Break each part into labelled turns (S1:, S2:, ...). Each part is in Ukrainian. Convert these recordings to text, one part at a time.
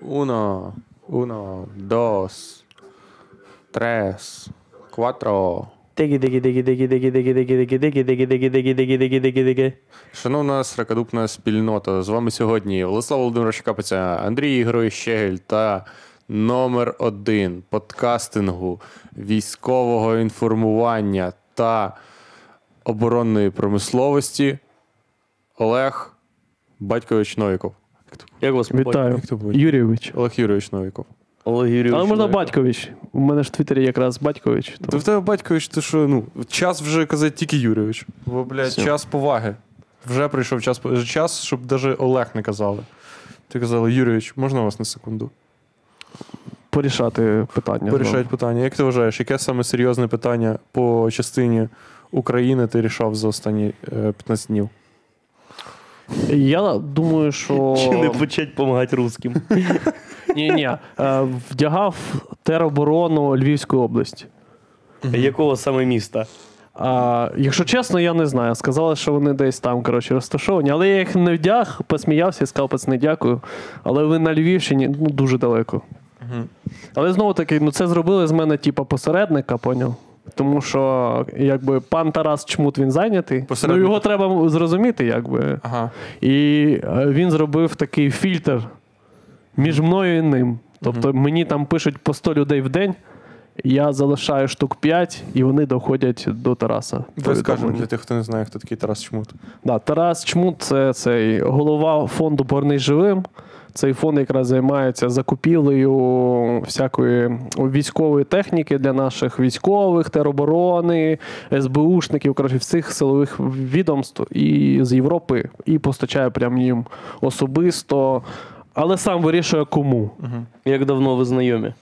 S1: Uno, uno, dos, tres, cuatro.
S2: Дигі, дигі, дигі, дигі, дигі, дигі, дигі, дигі, дигі, дигі, дигі, дигі, дигі, дигі, дигі, дигі.
S1: Шановна сракодупна спільнота, з вами сьогодні Владислав Володимирович Капиця, Андрій Ігорович Щегель та номер один подкастингу, військового інформування та оборонної промисловості Олег Батькович Новіков.
S3: Як вас
S2: Вітаю.
S1: Як то буде?
S2: Юрійович.
S1: Олег Юрійович Новіков.
S3: Олег Юрійович. е,
S2: Але можна
S3: Новіков.
S2: батькович. У мене ж в Твіттері якраз батькович.
S1: Та
S2: то-
S1: в тебе батькович, ти що, ну, час вже казати тільки Юрійович. Бо, блядь,
S3: Всьо.
S1: час поваги. Вже прийшов час, по- час, щоб навіть Олег не казали. Ти казали, Юрійович, можна вас на секунду?
S2: Порішати питання.
S1: Порішають питання. Як ти вважаєш, яке саме серйозне питання по частині України ти рішав за останні е, 15 днів?
S2: Я думаю, що.
S3: Чи не почать допомагати русським?
S2: Ні, ні. Е, Вдягав тероборону Львівської області.
S3: Якого саме міста?
S2: А, якщо чесно, я не знаю. Сказали, що вони десь там коротше, розташовані. Але я їх не вдяг, посміявся і сказав, пацани, дякую. Але ви на Львівщині ну, дуже далеко. Але знову таки, ну це зробили з мене, типа, посередника, поняв? Тому що, якби пан Тарас Чмут він зайнятий, ну
S1: Посередник.
S2: його треба зрозуміти, якби.
S1: Ага.
S2: І е, він зробив такий фільтр між мною і ним. Тобто мені там пишуть по 100 людей в день, я залишаю штук 5, і вони доходять до Тараса.
S1: Розкажемо
S2: Повідомлення.
S1: для тих, хто не знає, хто такий Тарас Чмут.
S2: Да, Тарас Чмут це цей голова фонду Борний живим. Цей фонд якраз займається закупівлею всякої військової техніки для наших військових, тероборони, СБУшників, коротше, всіх силових відомств і з Європи, і постачає прям їм особисто, але сам вирішує кому.
S3: Як давно ви знайомі?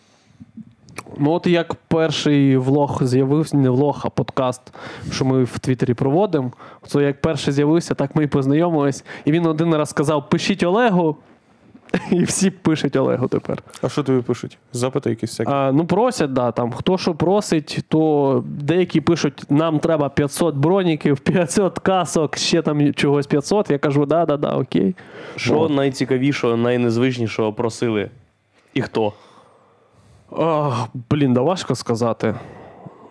S2: Ну, от як перший влог з'явився, не влог, а подкаст, що ми в Твіттері проводимо. Це як перший з'явився, так ми і познайомились. І він один раз сказав: пишіть Олегу. І всі пишуть Олегу тепер.
S1: А що тобі пишуть? Запити якісь всякі.
S2: А, ну, просять, да, там, хто що просить, то деякі пишуть, нам треба 500 броніків, 500 касок, ще там чогось 500. Я кажу, да, да, да, окей.
S3: Що найцікавішого, найнезвичнішого просили? І хто?
S2: Ах, блін, да важко сказати.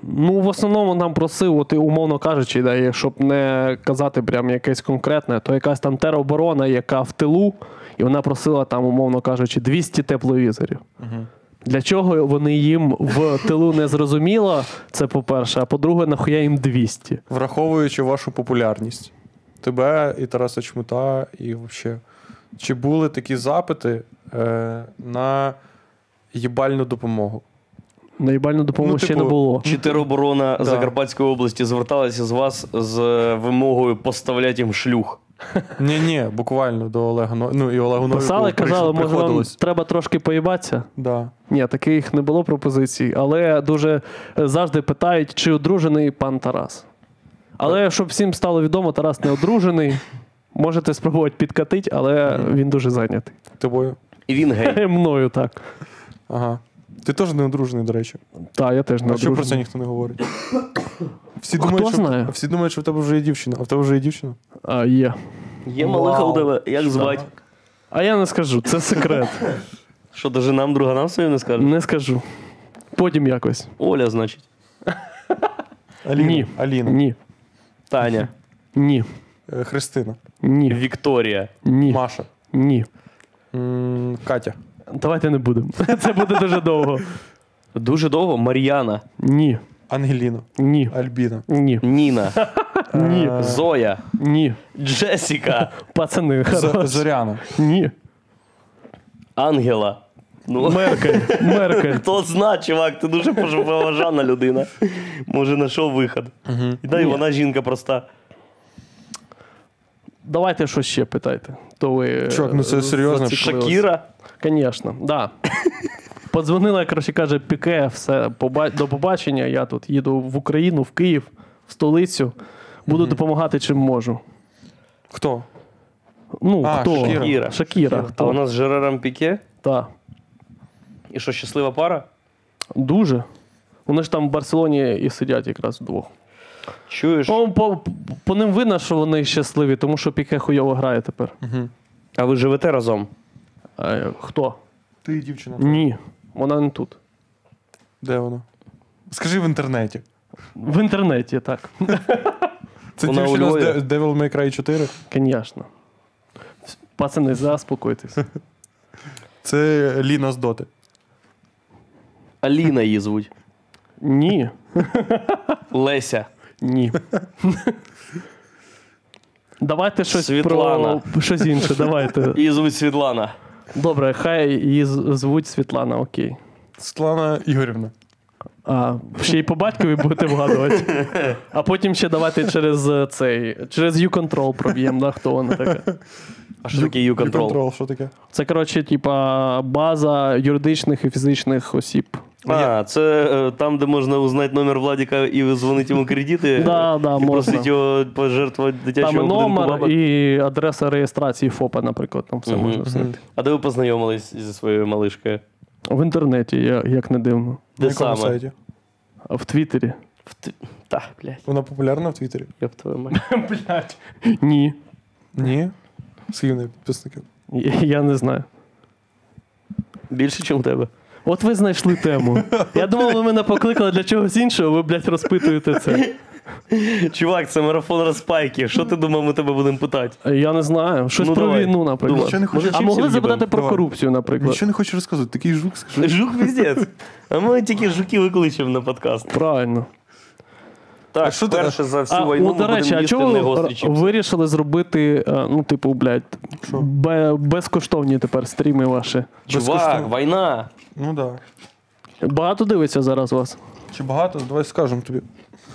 S2: Ну, в основному нам просив, от, і, умовно кажучи, да, і щоб не казати прям якесь конкретне, то якась там тероборона, яка в тилу, і вона просила там, умовно кажучи, 200 тепловізорів. Для чого вони їм в тилу не зрозуміло, це по-перше, а по-друге, нахуя їм 200.
S1: Враховуючи вашу популярність, тебе і Тараса Чмута, і взагалі. Чи були такі запити е, на їбальну допомогу?
S2: Наїбальну допомогу
S1: Ну,
S2: ще
S1: типу,
S2: не було.
S3: Чи тероборона
S1: Да.
S3: Закарпатської області зверталася з вас з е, вимогою поставляти їм шлюх?
S1: Ні, ні, буквально до Олега Но- Ну і Олегу Новіку
S2: Писали, казали, може, вам
S1: приходилось.
S2: треба трошки поїбатися.
S1: Да.
S2: Ні, таких не було пропозицій, але дуже е, завжди питають, чи одружений пан Тарас. Але щоб всім стало відомо, Тарас не одружений. Можете спробувати підкатити, але він дуже зайнятий.
S1: Тобою.
S3: І він гей.
S2: Мною так.
S1: Ага. Ти теж не одружений, до речі.
S2: Так, я теж не
S1: А чому про це
S2: одружений.
S1: ніхто не говорить? Всі
S2: Хто
S1: думають, що,
S2: знає?
S1: всі думають, що в тебе вже є дівчина, а в тебе вже є дівчина?
S2: А, є.
S3: Є малих
S1: Вау.
S3: Халдева, як звати?
S2: А я не скажу, це секрет.
S3: Що, даже нам друга нам своїм не
S1: Ну.
S3: скаже?
S2: Не скажу. Потім якось.
S3: Оля, значить.
S1: Аліна.
S2: Ні.
S1: Аліна.
S2: Ні.
S3: Таня,
S2: Ні.
S1: Е, Христина.
S2: Ні.
S3: Вікторія.
S2: Ні.
S1: Маша.
S2: Ні.
S1: М, Катя.
S2: Давайте не будемо. Це буде дуже довго.
S3: Дуже довго Мар'яна,
S2: Ні.
S1: Ангеліна.
S2: Ні.
S1: Альбіна.
S2: Ні.
S3: Ніна,
S2: Ні.
S3: Зоя,
S2: Ні.
S3: Джесіка,
S2: Пацани,
S1: З-
S2: хорош.
S1: Зоряна.
S2: Ні.
S3: Ангела. Ну,
S2: Меркель. Меркель.
S3: Хто зна, чувак, ти дуже поважана людина. Може, знайшов вихід. І дай вона жінка проста.
S2: Давайте що ще питайте. То ви
S1: Чувак, ну це
S2: е,
S1: серйозно.
S2: зациклились.
S3: Шакіра.
S2: Звісно, да. Подзвонила, коротше, каже, піке, все, поба- до побачення. Я тут їду в Україну, в Київ, в столицю. Буду допомагати, чим можу.
S1: Хто?
S2: Ну,
S1: А,
S2: хто?
S1: Шакіра.
S2: Шакіра.
S3: А
S2: хто?
S3: вона з Жераром Піке.
S2: Та.
S3: І що, щаслива пара?
S2: Дуже. Вони ж там в Барселоні і сидять якраз вдвох.
S3: Чуєш?
S2: По, по, по ним видно, що вони щасливі, тому що піке хуйово грає тепер.
S3: А ви живете разом?
S2: Е, хто?
S1: Ти дівчина.
S2: Ні, вона не тут.
S1: Де вона? Скажи в інтернеті.
S2: В інтернеті, так.
S1: Це
S3: Вона у
S1: дівчина з
S3: Львові.
S1: De- Devil May Cry 4.
S2: Звісно. Пацани, заспокойтесь.
S1: Це Ліна з Доти.
S3: Аліна її звуть.
S2: Ні.
S3: Леся.
S2: Ні. Давайте щось
S3: Світлана.
S2: про щось інше. Давайте.
S3: Її звуть Світлана.
S2: Добре, хай її з- звуть Світлана, окей.
S1: Світлана Ігорівна.
S2: А, ще й по батькові будете вгадувати. А потім ще давайте через е, цей, через U-Control проб'ємо, да, хто вона така.
S3: А що таке U-Control?
S1: що таке?
S2: Це, коротше, типа база юридичних і фізичних осіб.
S3: А, це е, там, де можна узнати номер Владіка і дзвонити йому кредити.
S2: Да, да,
S3: і просити
S2: можна.
S3: його пожертвувати
S2: Там
S3: дитячого
S2: і
S3: будинку
S2: номер
S3: бабок.
S2: і адреса реєстрації ФОПа, наприклад, там все
S3: Мгм,
S2: можна
S3: мгм.
S2: вставити.
S3: А де ви познайомились зі своєю малишкою?
S2: В інтернеті, я- як не дивно.
S3: Де
S1: На якому
S3: саме?
S1: сайті?
S2: А в Твіттері?
S3: В т- Та, блядь,
S1: Вона популярна в Твіттері?
S3: ёб твою мать.
S2: Блять. Ні.
S1: Ні. Скільки в неї підписників?
S2: Я я не знаю.
S3: Більше, ніж у тебе.
S2: От ви знайшли тему. Я думав, ви мене покликали для чогось іншого, ви, блядь, розпитуєте це.
S3: Чувак, це марафон розпайки. Що ти думав, ми тебе будемо питати?
S2: Я не знаю. Щось
S3: Ну,
S2: про
S3: давай.
S2: війну, наприклад.
S1: Нічого не хочу.
S2: а
S1: Чіпсів
S2: могли
S1: їбем.
S2: запитати про
S1: Давай.
S2: корупцію, наприклад.
S1: Нічого не хочу розказувати. Такий жук, скажи.
S3: Жук піздець. А ми тільки жуків викличемо на подкаст.
S2: Правильно.
S3: Так,
S1: що ти-
S3: перше за всю
S2: А,
S3: війну
S2: от, до
S3: ми
S2: речі,
S3: будемо
S2: а
S3: їсти
S2: чого
S3: не
S2: ви
S3: гострі
S2: р-
S3: чіпси.
S2: вирішили зробити, е, ну, типу, блядь,
S1: Що?
S2: бе- безкоштовні тепер стріми ваші?
S3: Чувак,
S1: безкоштовно.
S3: війна.
S1: Ну так. Да.
S2: Багато дивиться зараз вас?
S1: Чи багато? Давай скажемо тобі.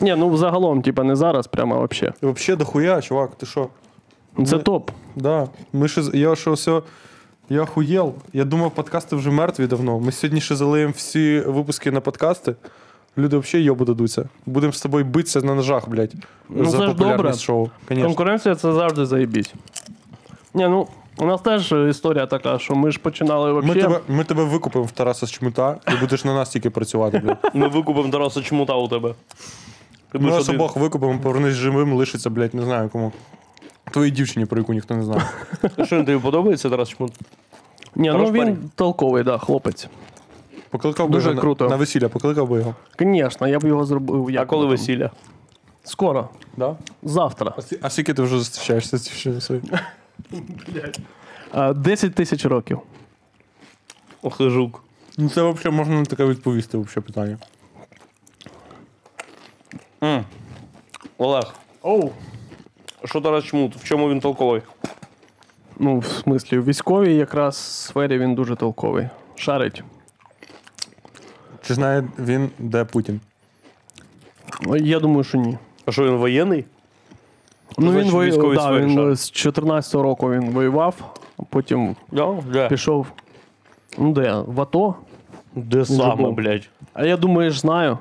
S2: Ні, ну загалом, типа, не зараз, прямо вообще.
S1: Взагалі дохуя, чувак, ти що?
S2: Це
S1: Ми-
S2: топ.
S1: Да. Ми ще, з- я ще все. Я охуєл. Я думав, подкасти вже мертві давно. Ми сьогодні ще залиємо всі випуски на подкасти. Люди взагалі йобу дадуться. Будемо з тобою битися на ножах, блядь.
S2: Ну,
S1: за
S2: це ж
S1: популярність
S2: добре.
S1: шоу. Конечно.
S2: Конкуренція це завжди заєбісь. Ні, ну, у нас теж е, історія така, що ми ж починали
S1: Ми
S2: вообще.
S1: тебе, ми тебе викупимо в Тараса з Чмута і будеш на нас тільки працювати, блядь.
S3: Ми викупимо Тараса Чмута у тебе.
S2: Ну,
S3: Ти
S1: Ми
S3: будеш
S1: нас
S3: один.
S1: обох викупимо, повернись живим, лишиться, блядь, не знаю кому. Твоїй дівчині, про яку ніхто не знає.
S3: Що тобі подобається, Тарас Чмут?
S2: Ні, ну
S3: Хорош
S2: він
S3: парень.
S2: толковий, да, хлопець.
S1: Покликав би
S2: Дуже
S1: його на-
S2: круто.
S1: На, весілля, покликав би його.
S2: Звісно, я б його зробив.
S3: А
S2: як
S3: коли
S2: воно там.
S3: весілля?
S2: Скоро,
S1: Да?
S2: завтра.
S1: А скільки ти вже зустрічаєшся з дівчиною своєю?
S2: Е, 10 тисяч років.
S3: Ох, ти жук.
S1: Ну це взагалі можна на таке відповісти, взагалі питання.
S3: Олег,
S2: Оу.
S3: що Тарас Чмут? В чому він толковий?
S2: Ну, в смислі, в військовій якраз сфері він дуже толковий. Шарить.
S1: Чи знає він, де Путін?
S2: Ну, Я думаю, що ні.
S3: А що він воєнний?
S2: Ну, він,
S3: значить,
S2: воює-
S3: військовій
S2: да,
S3: сфері
S2: він
S3: шарить.
S2: е, з 14-го року він воював, а потім
S3: Да, де?
S2: пішов. Ну де? В АТО.
S3: Де саме,
S2: був.
S3: блядь?
S2: А я думаю, ж знаю.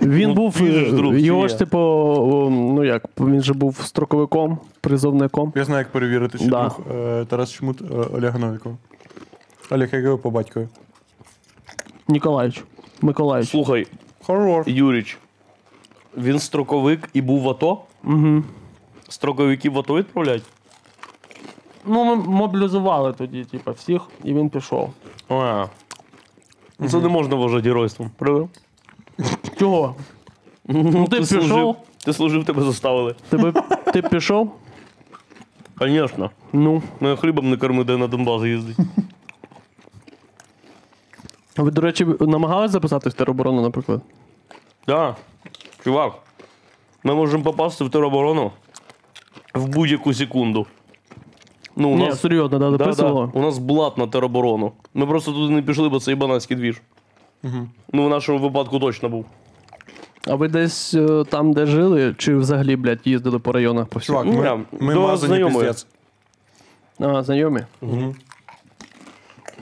S2: Він
S3: Ну,
S2: був.
S3: ти ж, друг,
S2: його
S3: ти
S2: ж,
S3: є.
S2: типу, о, ну як, він же був строковиком, призовником.
S1: Я знаю, як перевірити, чи
S2: Да.
S1: друг е, Тарас Чмут е, Олега Новікова. Олег, як його по батькові?
S2: Ніколаїч. Миколаїч.
S3: Слухай,
S1: Хорор.
S3: Юріч, він строковик і був в АТО? Угу. Строковиків в АТО відправляють?
S2: Ну, ми мобілізували тоді, типу, всіх, і він пішов.
S3: А. Ну, Це не можна вважати геройством. Правильно?
S2: Чого? Ну, ти
S3: служив,
S2: пішов,
S3: ти служив, тебе заставили.
S2: тебе, ти пішов.
S3: Звісно.
S2: Ну,
S3: Мене хлібом не корми, де на Донбас їздить.
S2: А ви, до речі, намагалися записатись в тероборону, наприклад?
S3: Да. Чувак, ми можемо попасти в тероборону в будь-яку секунду. Ну, у
S2: Ні,
S3: нас,
S2: серйозно, да,
S3: да, да,
S2: записувало.
S3: у нас блат на тероборону. Ми просто туди не пішли, бо це ібанацький двіж. Ну, в нашому випадку точно був.
S2: А ви десь е, там, де жили, чи взагалі, блядь, їздили по районах по всьому?
S1: Чувак, ми,
S3: Ні,
S1: ми
S3: до
S1: мазані
S3: знайомої.
S1: піздець.
S2: А, знайомі?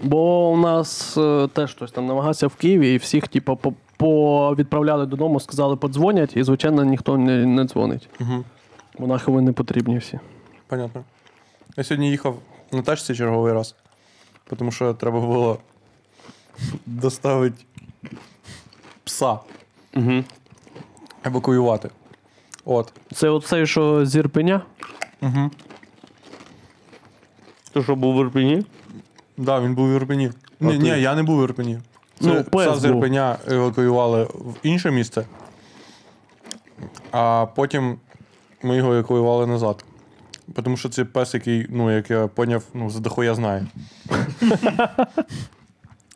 S2: Бо у нас е, теж хтось там намагався в Києві, і всіх, типу, по, по відправляли додому, сказали, подзвонять, і, звичайно, ніхто не, не дзвонить.
S1: Мгм.
S2: Бо нахуй вони потрібні всі.
S1: Понятно. Я сьогодні їхав на тачці черговий раз, тому що треба було доставити пса,
S3: Угу.
S1: евакуювати. От.
S2: Це оцей, що з Ірпеня?
S3: Ти що був в Ірпіні?
S1: Да, він був в Ірпені. Ні,
S2: ти-
S1: ні, я не був в Ірпені. Це
S2: Ну, пес
S1: пса з
S2: був.
S1: Ірпеня е, евакуювали в інше місце, а потім ми його евакуювали назад. Тому що це пес, який, ну, як я поняв, ну, задохуя знає.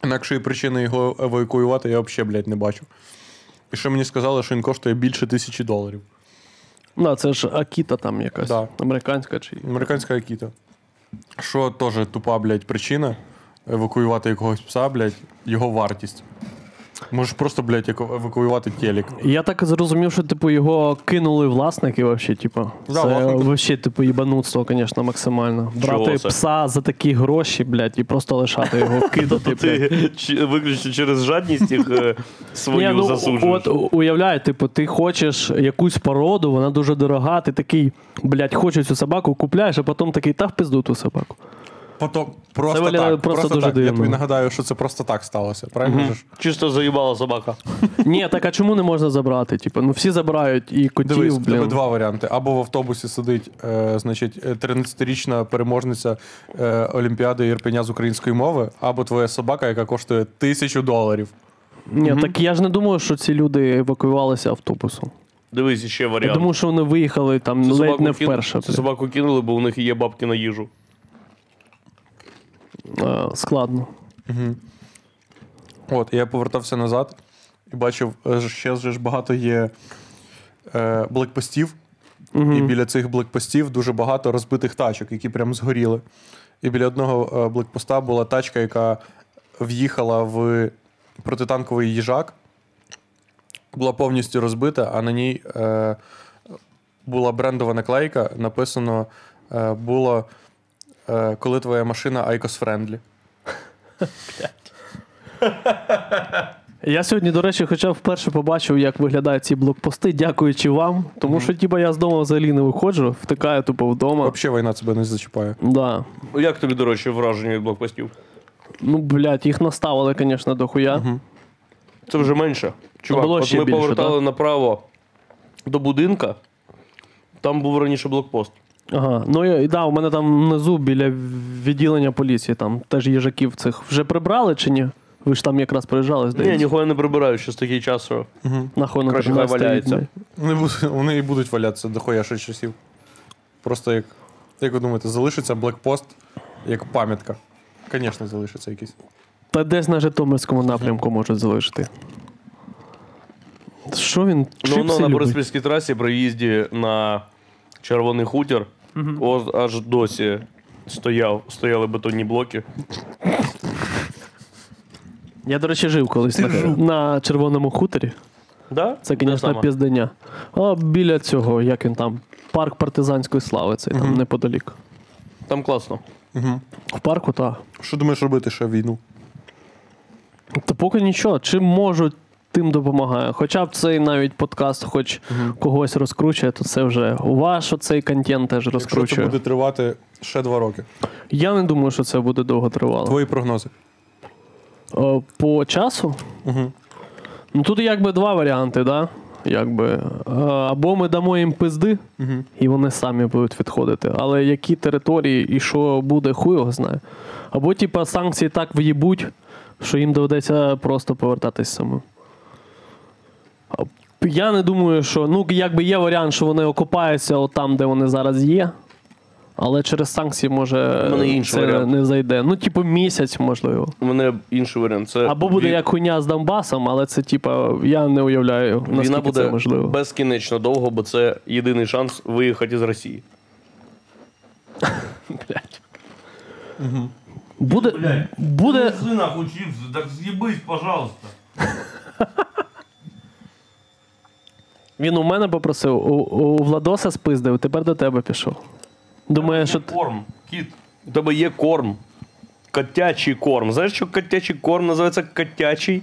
S1: Інакшої причини його евакуювати я взагалі, блядь, не бачу. І що мені сказали, що він коштує більше тисячі доларів.
S2: Ну, це ж Акіта там якась.
S1: Да.
S2: Американська чи.
S1: Американська акіта. Що теж тупа, блядь, причина евакуювати якогось пса, блядь, його вартість. Можеш просто, блядь, яко- евакуювати телек.
S2: Я так і зрозумів, що типу його кинули власники вообще, типу.
S1: Да,
S2: це
S1: власники.
S2: вообще, типу, їбанутство, звісно, максимально.
S3: Чого
S2: Брати
S3: це?
S2: пса за такі гроші, блядь, і просто лишати його,
S1: Типу,
S2: кидати. блядь.
S3: Ти Тобто чи- виключно через жадність їх е, свою
S2: Ні, ну,
S3: засуджуєш.
S2: от у- уявляю, типу, ти хочеш якусь породу, вона дуже дорога, ти такий, блядь, хочу цю собаку, купляєш, а потім такий, та в пизду ту собаку.
S1: Потім просто
S2: виглядає
S1: так.
S2: просто дуже
S1: так. Я
S2: дивно.
S1: тобі нагадаю, що це просто так сталося. Правильно mm ж?
S3: Чисто заїбала собака.
S2: Ні, так а чому не можна забрати? Типу, ну всі забирають і котів,
S1: Дивись, в тебе
S2: блін.
S1: два варіанти. Або в автобусі сидить, е, значить, е, 13-річна переможниця е, Олімпіади Єрпеня з української мови, або твоя собака, яка коштує тисячу доларів.
S2: Ні, так я ж не думаю, що ці люди евакуювалися автобусом.
S3: Дивись, ще
S2: Я
S3: варіант.
S2: думаю, що вони виїхали там
S3: Цю
S2: ледь
S3: собаку
S2: не
S3: кин-
S2: вперше.
S3: Цю
S2: блін.
S3: собаку кинули, бо у них є бабки на їжу.
S2: Е, Складно.
S1: От, я повертався назад і бачив, е, ще ж багато є е, блекпостів, і біля цих блекпостів дуже багато розбитих тачок, які прям згоріли. І біля одного е, блекпоста була тачка, яка в'їхала в протитанковий їжак, була повністю розбита, а на ній е, була брендова наклейка, написано е, було е, коли твоя машина айкос-френдлі.
S2: Я сьогодні, до речі, хоча б вперше побачив, як виглядають ці блокпости, дякуючи вам. Тому що типу, я з дому взагалі не виходжу, втикаю тупо вдома.
S1: Взагалі війна тебе не зачіпає.
S2: Да.
S3: Як тобі, до речі, враження від блокпостів?
S2: Ну, блядь, їх наставили, звісно, дохуя.
S3: Це вже менше. Чувак,
S2: було
S3: от
S2: ще
S3: ми
S2: більше,
S3: повертали направо до будинка. Там був раніше блокпост.
S2: Ага. Ну і і да, у мене там внизу біля відділення поліції, там теж їжаків цих вже прибрали чи ні? Ви ж там якраз приїжджали,
S3: Ні,
S2: здається.
S3: ніхуя не прибираю, що з такий часу. Ну,
S2: Нахуй на
S3: Краще хай
S2: 13
S3: валяється.
S2: рік.
S1: Вони, будуть, вони і будуть валятися до хуя ще часів. Просто як, як ви думаєте, залишиться блекпост як пам'ятка. Звісно, залишиться якийсь.
S2: Та десь на Житомирському напрямку можуть залишити. Що він?
S3: Ну,
S2: чипси
S3: воно на
S2: любить?
S3: Бориспільській трасі при їзді на Червоний хутір от аж досі стояв, стояли бетонні блоки.
S2: Я, до речі, жив колись на, на Червоному хуторі.
S3: Да?
S2: Це,
S3: Де саме?
S2: звісно, піздення. А біля цього, як він там, парк партизанської слави, цей там неподалік.
S3: Там класно.
S2: В парку, так.
S1: Що думаєш робити ще в війну?
S2: Та поки нічого, чим можу, тим допомагаю. Хоча б цей навіть подкаст, хоч когось розкручує, то це вже ваш оцей контент теж
S1: Якщо це
S2: розкручує.
S1: буде тривати ще два роки.
S2: Я не думаю, що це буде довго тривало.
S1: Твої прогнози.
S2: Е, По часу.
S1: Мгм.
S2: Ну тут якби два варіанти, да? Якби. е, Або ми дамо їм пизди, і вони самі будуть відходити. Але які території і що буде, хуй його знає. Або, типа, санкції так в'їбуть, що їм доведеться просто повертатись самим. А Я не думаю, що. Ну, якби є варіант, що вони окупаються от там, де вони зараз є. Але через санкції може
S3: У мене інший
S2: це
S3: варіант.
S2: не зайде. Ну, типу, місяць, можливо.
S3: У мене інший варіант. Це
S2: Або буде
S3: ві-
S2: як хуйня з Донбасом, але це типа я не уявляю,
S3: війна
S2: наскільки
S3: буде
S2: це можливо.
S3: безкінечно довго, бо це єдиний шанс виїхати з Росії.
S2: Буде, буде,
S4: сына учился, так съебись, пожалуйста.
S2: він у мене попросив, у, у Владоса спиздив, тепер до тебе пішов.
S3: Е,
S2: Думає, що ти-
S4: Корм, кит.
S3: У тебе є корм. Котячий корм. Знаєш, що котячий корм називається котячий?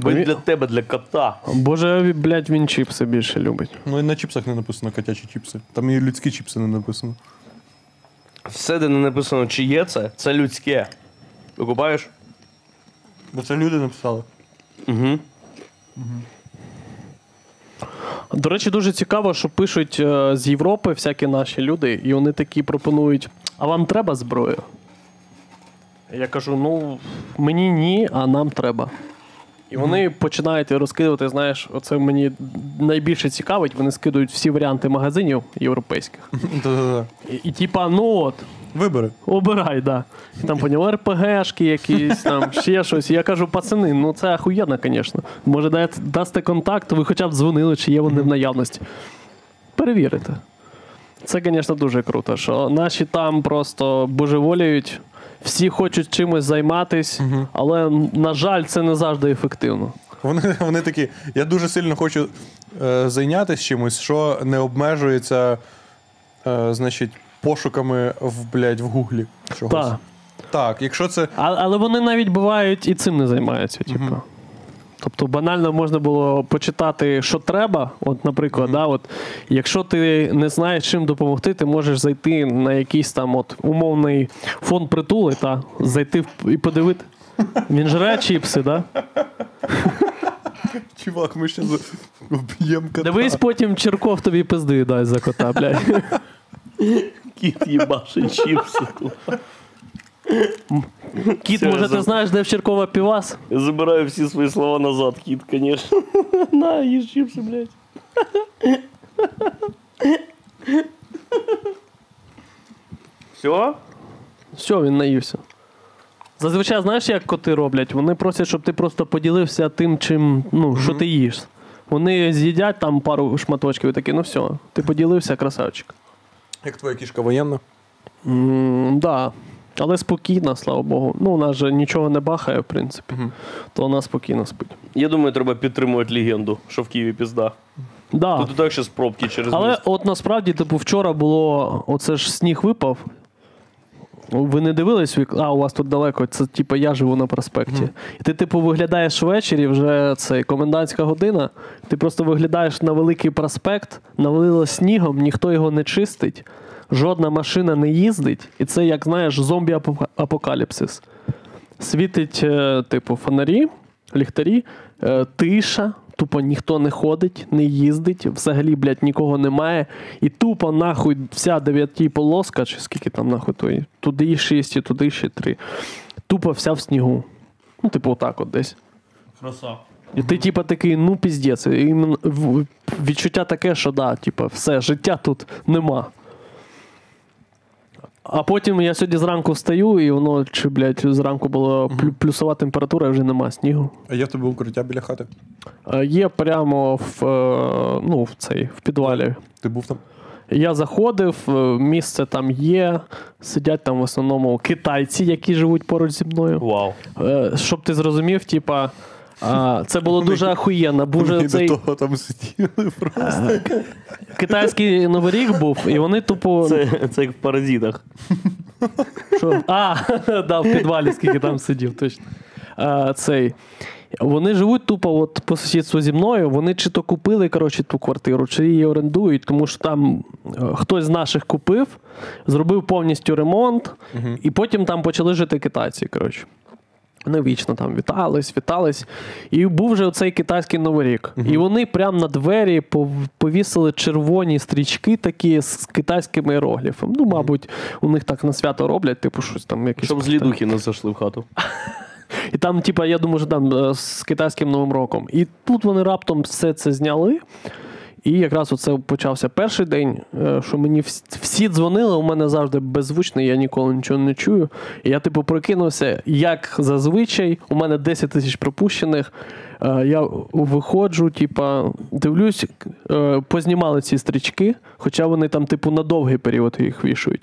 S3: Бо
S2: Він-
S3: для тебе, для кота.
S2: Боже, блядь, він чіпси більше любить.
S1: Ну і на чіпсах не написано котячі чіпси. Там і людські чіпси не написано.
S3: Все, де не написано, чи є це, це людське. Викупаєш?
S1: Бо це люди написали.
S3: Угу.
S2: До речі, дуже цікаво, що пишуть е, з Європи всякі наші люди, і вони такі пропонують: а вам треба зброю? Я кажу: ну мені ні, а нам треба. І вони починають розкидувати, знаєш, оце мені найбільше цікавить, вони скидують всі варіанти магазинів європейських.
S1: Да-да-да.
S2: І, і типа, ну от,
S1: Вибори.
S2: обирай, да. І там поняв, РПГшки якісь, там ще щось. І я кажу, пацани, ну це ахуєнно, звісно. Може, дає- дасте контакт, ви хоча б дзвонили, чи є вони в наявності. Перевірите. Це, звісно, дуже круто, що наші там просто божеволіють, всі хочуть чимось займатись, але, на жаль, це не завжди ефективно.
S1: Вони, вони такі, я дуже сильно хочу е, зайнятися чимось, що не обмежується, е, значить, пошуками в, блядь, в гуглі. Чогось.
S2: Так.
S1: Так, якщо це.
S2: А, але вони навіть бувають і цим не займаються. Типу. Тобто банально можна було почитати, що треба. От, наприклад, да, от, якщо ти не знаєш, чим допомогти, ти можеш зайти на якийсь там от, умовний фонд притули та зайти в- і подивити. Він жре чіпси, да?
S1: Чувак, ми ще з- об'єм кота.
S2: Дивись, потім Черков тобі пизди дасть за кота, блядь.
S3: Кіт їбашить чіпси.
S2: Кіт,
S3: Все,
S2: може, ти
S3: за-
S2: знаєш, де в Черкова півас?
S3: Я забираю всі свої слова назад, кіт, звісно. На, їж чіпси, блядь. Все?
S2: Все, він наївся. Зазвичай, знаєш, як коти роблять? Вони просять, щоб ти просто поділився тим, чим, ну, що ти їш. Вони з'їдять там пару шматочків і такі, ну все, ти поділився, красавчик.
S1: Як твоя кішка воєнна?
S2: м да. Але спокійно, слава Богу. Ну, у нас же нічого не бахає, в принципі. То вона спокійно спить.
S3: Я думаю, треба підтримувати легенду, що в Києві пізда.
S2: Да.
S3: Тут і так ще з пробки через
S2: Але
S3: місто.
S2: от насправді, типу, вчора було, оце ж сніг випав. Ви не дивились вік... а у вас тут далеко, це типу я живу на проспекті. І ти, типу, виглядаєш ввечері, вже цей комендантська година. Ти просто виглядаєш на великий проспект, навалило снігом, ніхто його не чистить, жодна машина не їздить, і це, як знаєш, зомбі-апокаліпсис. Світить, е, типу, фонарі, ліхтарі, е, тиша, тупо ніхто не ходить, не їздить, взагалі, блядь, нікого немає. І тупо нахуй вся дев'ятій полоска, чи скільки там нахуй тої, туди шість, і туди ще три. Тупо вся в снігу. Ну, типу, отак от десь.
S4: Краса.
S2: І ти, типа, такий, ну піздець. І іменно в- відчуття таке, що да, типа, все, життя тут нема. А потім я сьогодні зранку встаю, і воно, чи, блядь, зранку була плю- плюсова температура, і вже нема снігу.
S1: А є в тебе укриття біля хати.
S2: Е, Є прямо в, е, ну, в цей, в підвалі.
S1: Ти був там?
S2: Я заходив, е, місце там є, сидять там в основному китайці, які живуть поруч зі мною.
S3: Вау.
S2: Е, Щоб ти зрозумів, типа, а, це було дуже ахуєнно.
S1: Ми
S2: Дуже
S1: до
S2: цей
S1: того там сиділи просто.
S2: китайський новий рік був, і вони тупо.
S3: Це, це як в паразитах.
S2: Що? А, да, в підвалі, скільки там сидів, точно. А, цей. Вони живуть тупо от по сусідству зі мною. Вони чи то купили коротше, ту квартиру, чи її орендують, тому що там е, хтось з наших купив, зробив повністю ремонт, і потім там почали жити китайці. Коротше. Вони вічно там вітались, вітались. І був вже оцей китайський новий рік. І вони прямо на двері пов- повісили червоні стрічки такі з- з китайськими іерогліфами. Ну, мабуть, у них так на свято роблять, типу, щось там якісь.
S3: Щоб злідухи не зайшли в хату.
S2: І там, типа, я думаю, що там е, з китайським Новим роком. І тут вони раптом все це зняли. І якраз оце почався перший день, е, що мені вс- всі дзвонили, у мене завжди беззвучний, я ніколи нічого не чую. І я, типу, прокинувся, як зазвичай, у мене 10 тисяч пропущених. Е, Я виходжу, типа, дивлюсь, е, познімали ці стрічки, хоча вони там, типу, на довгий період їх вішують.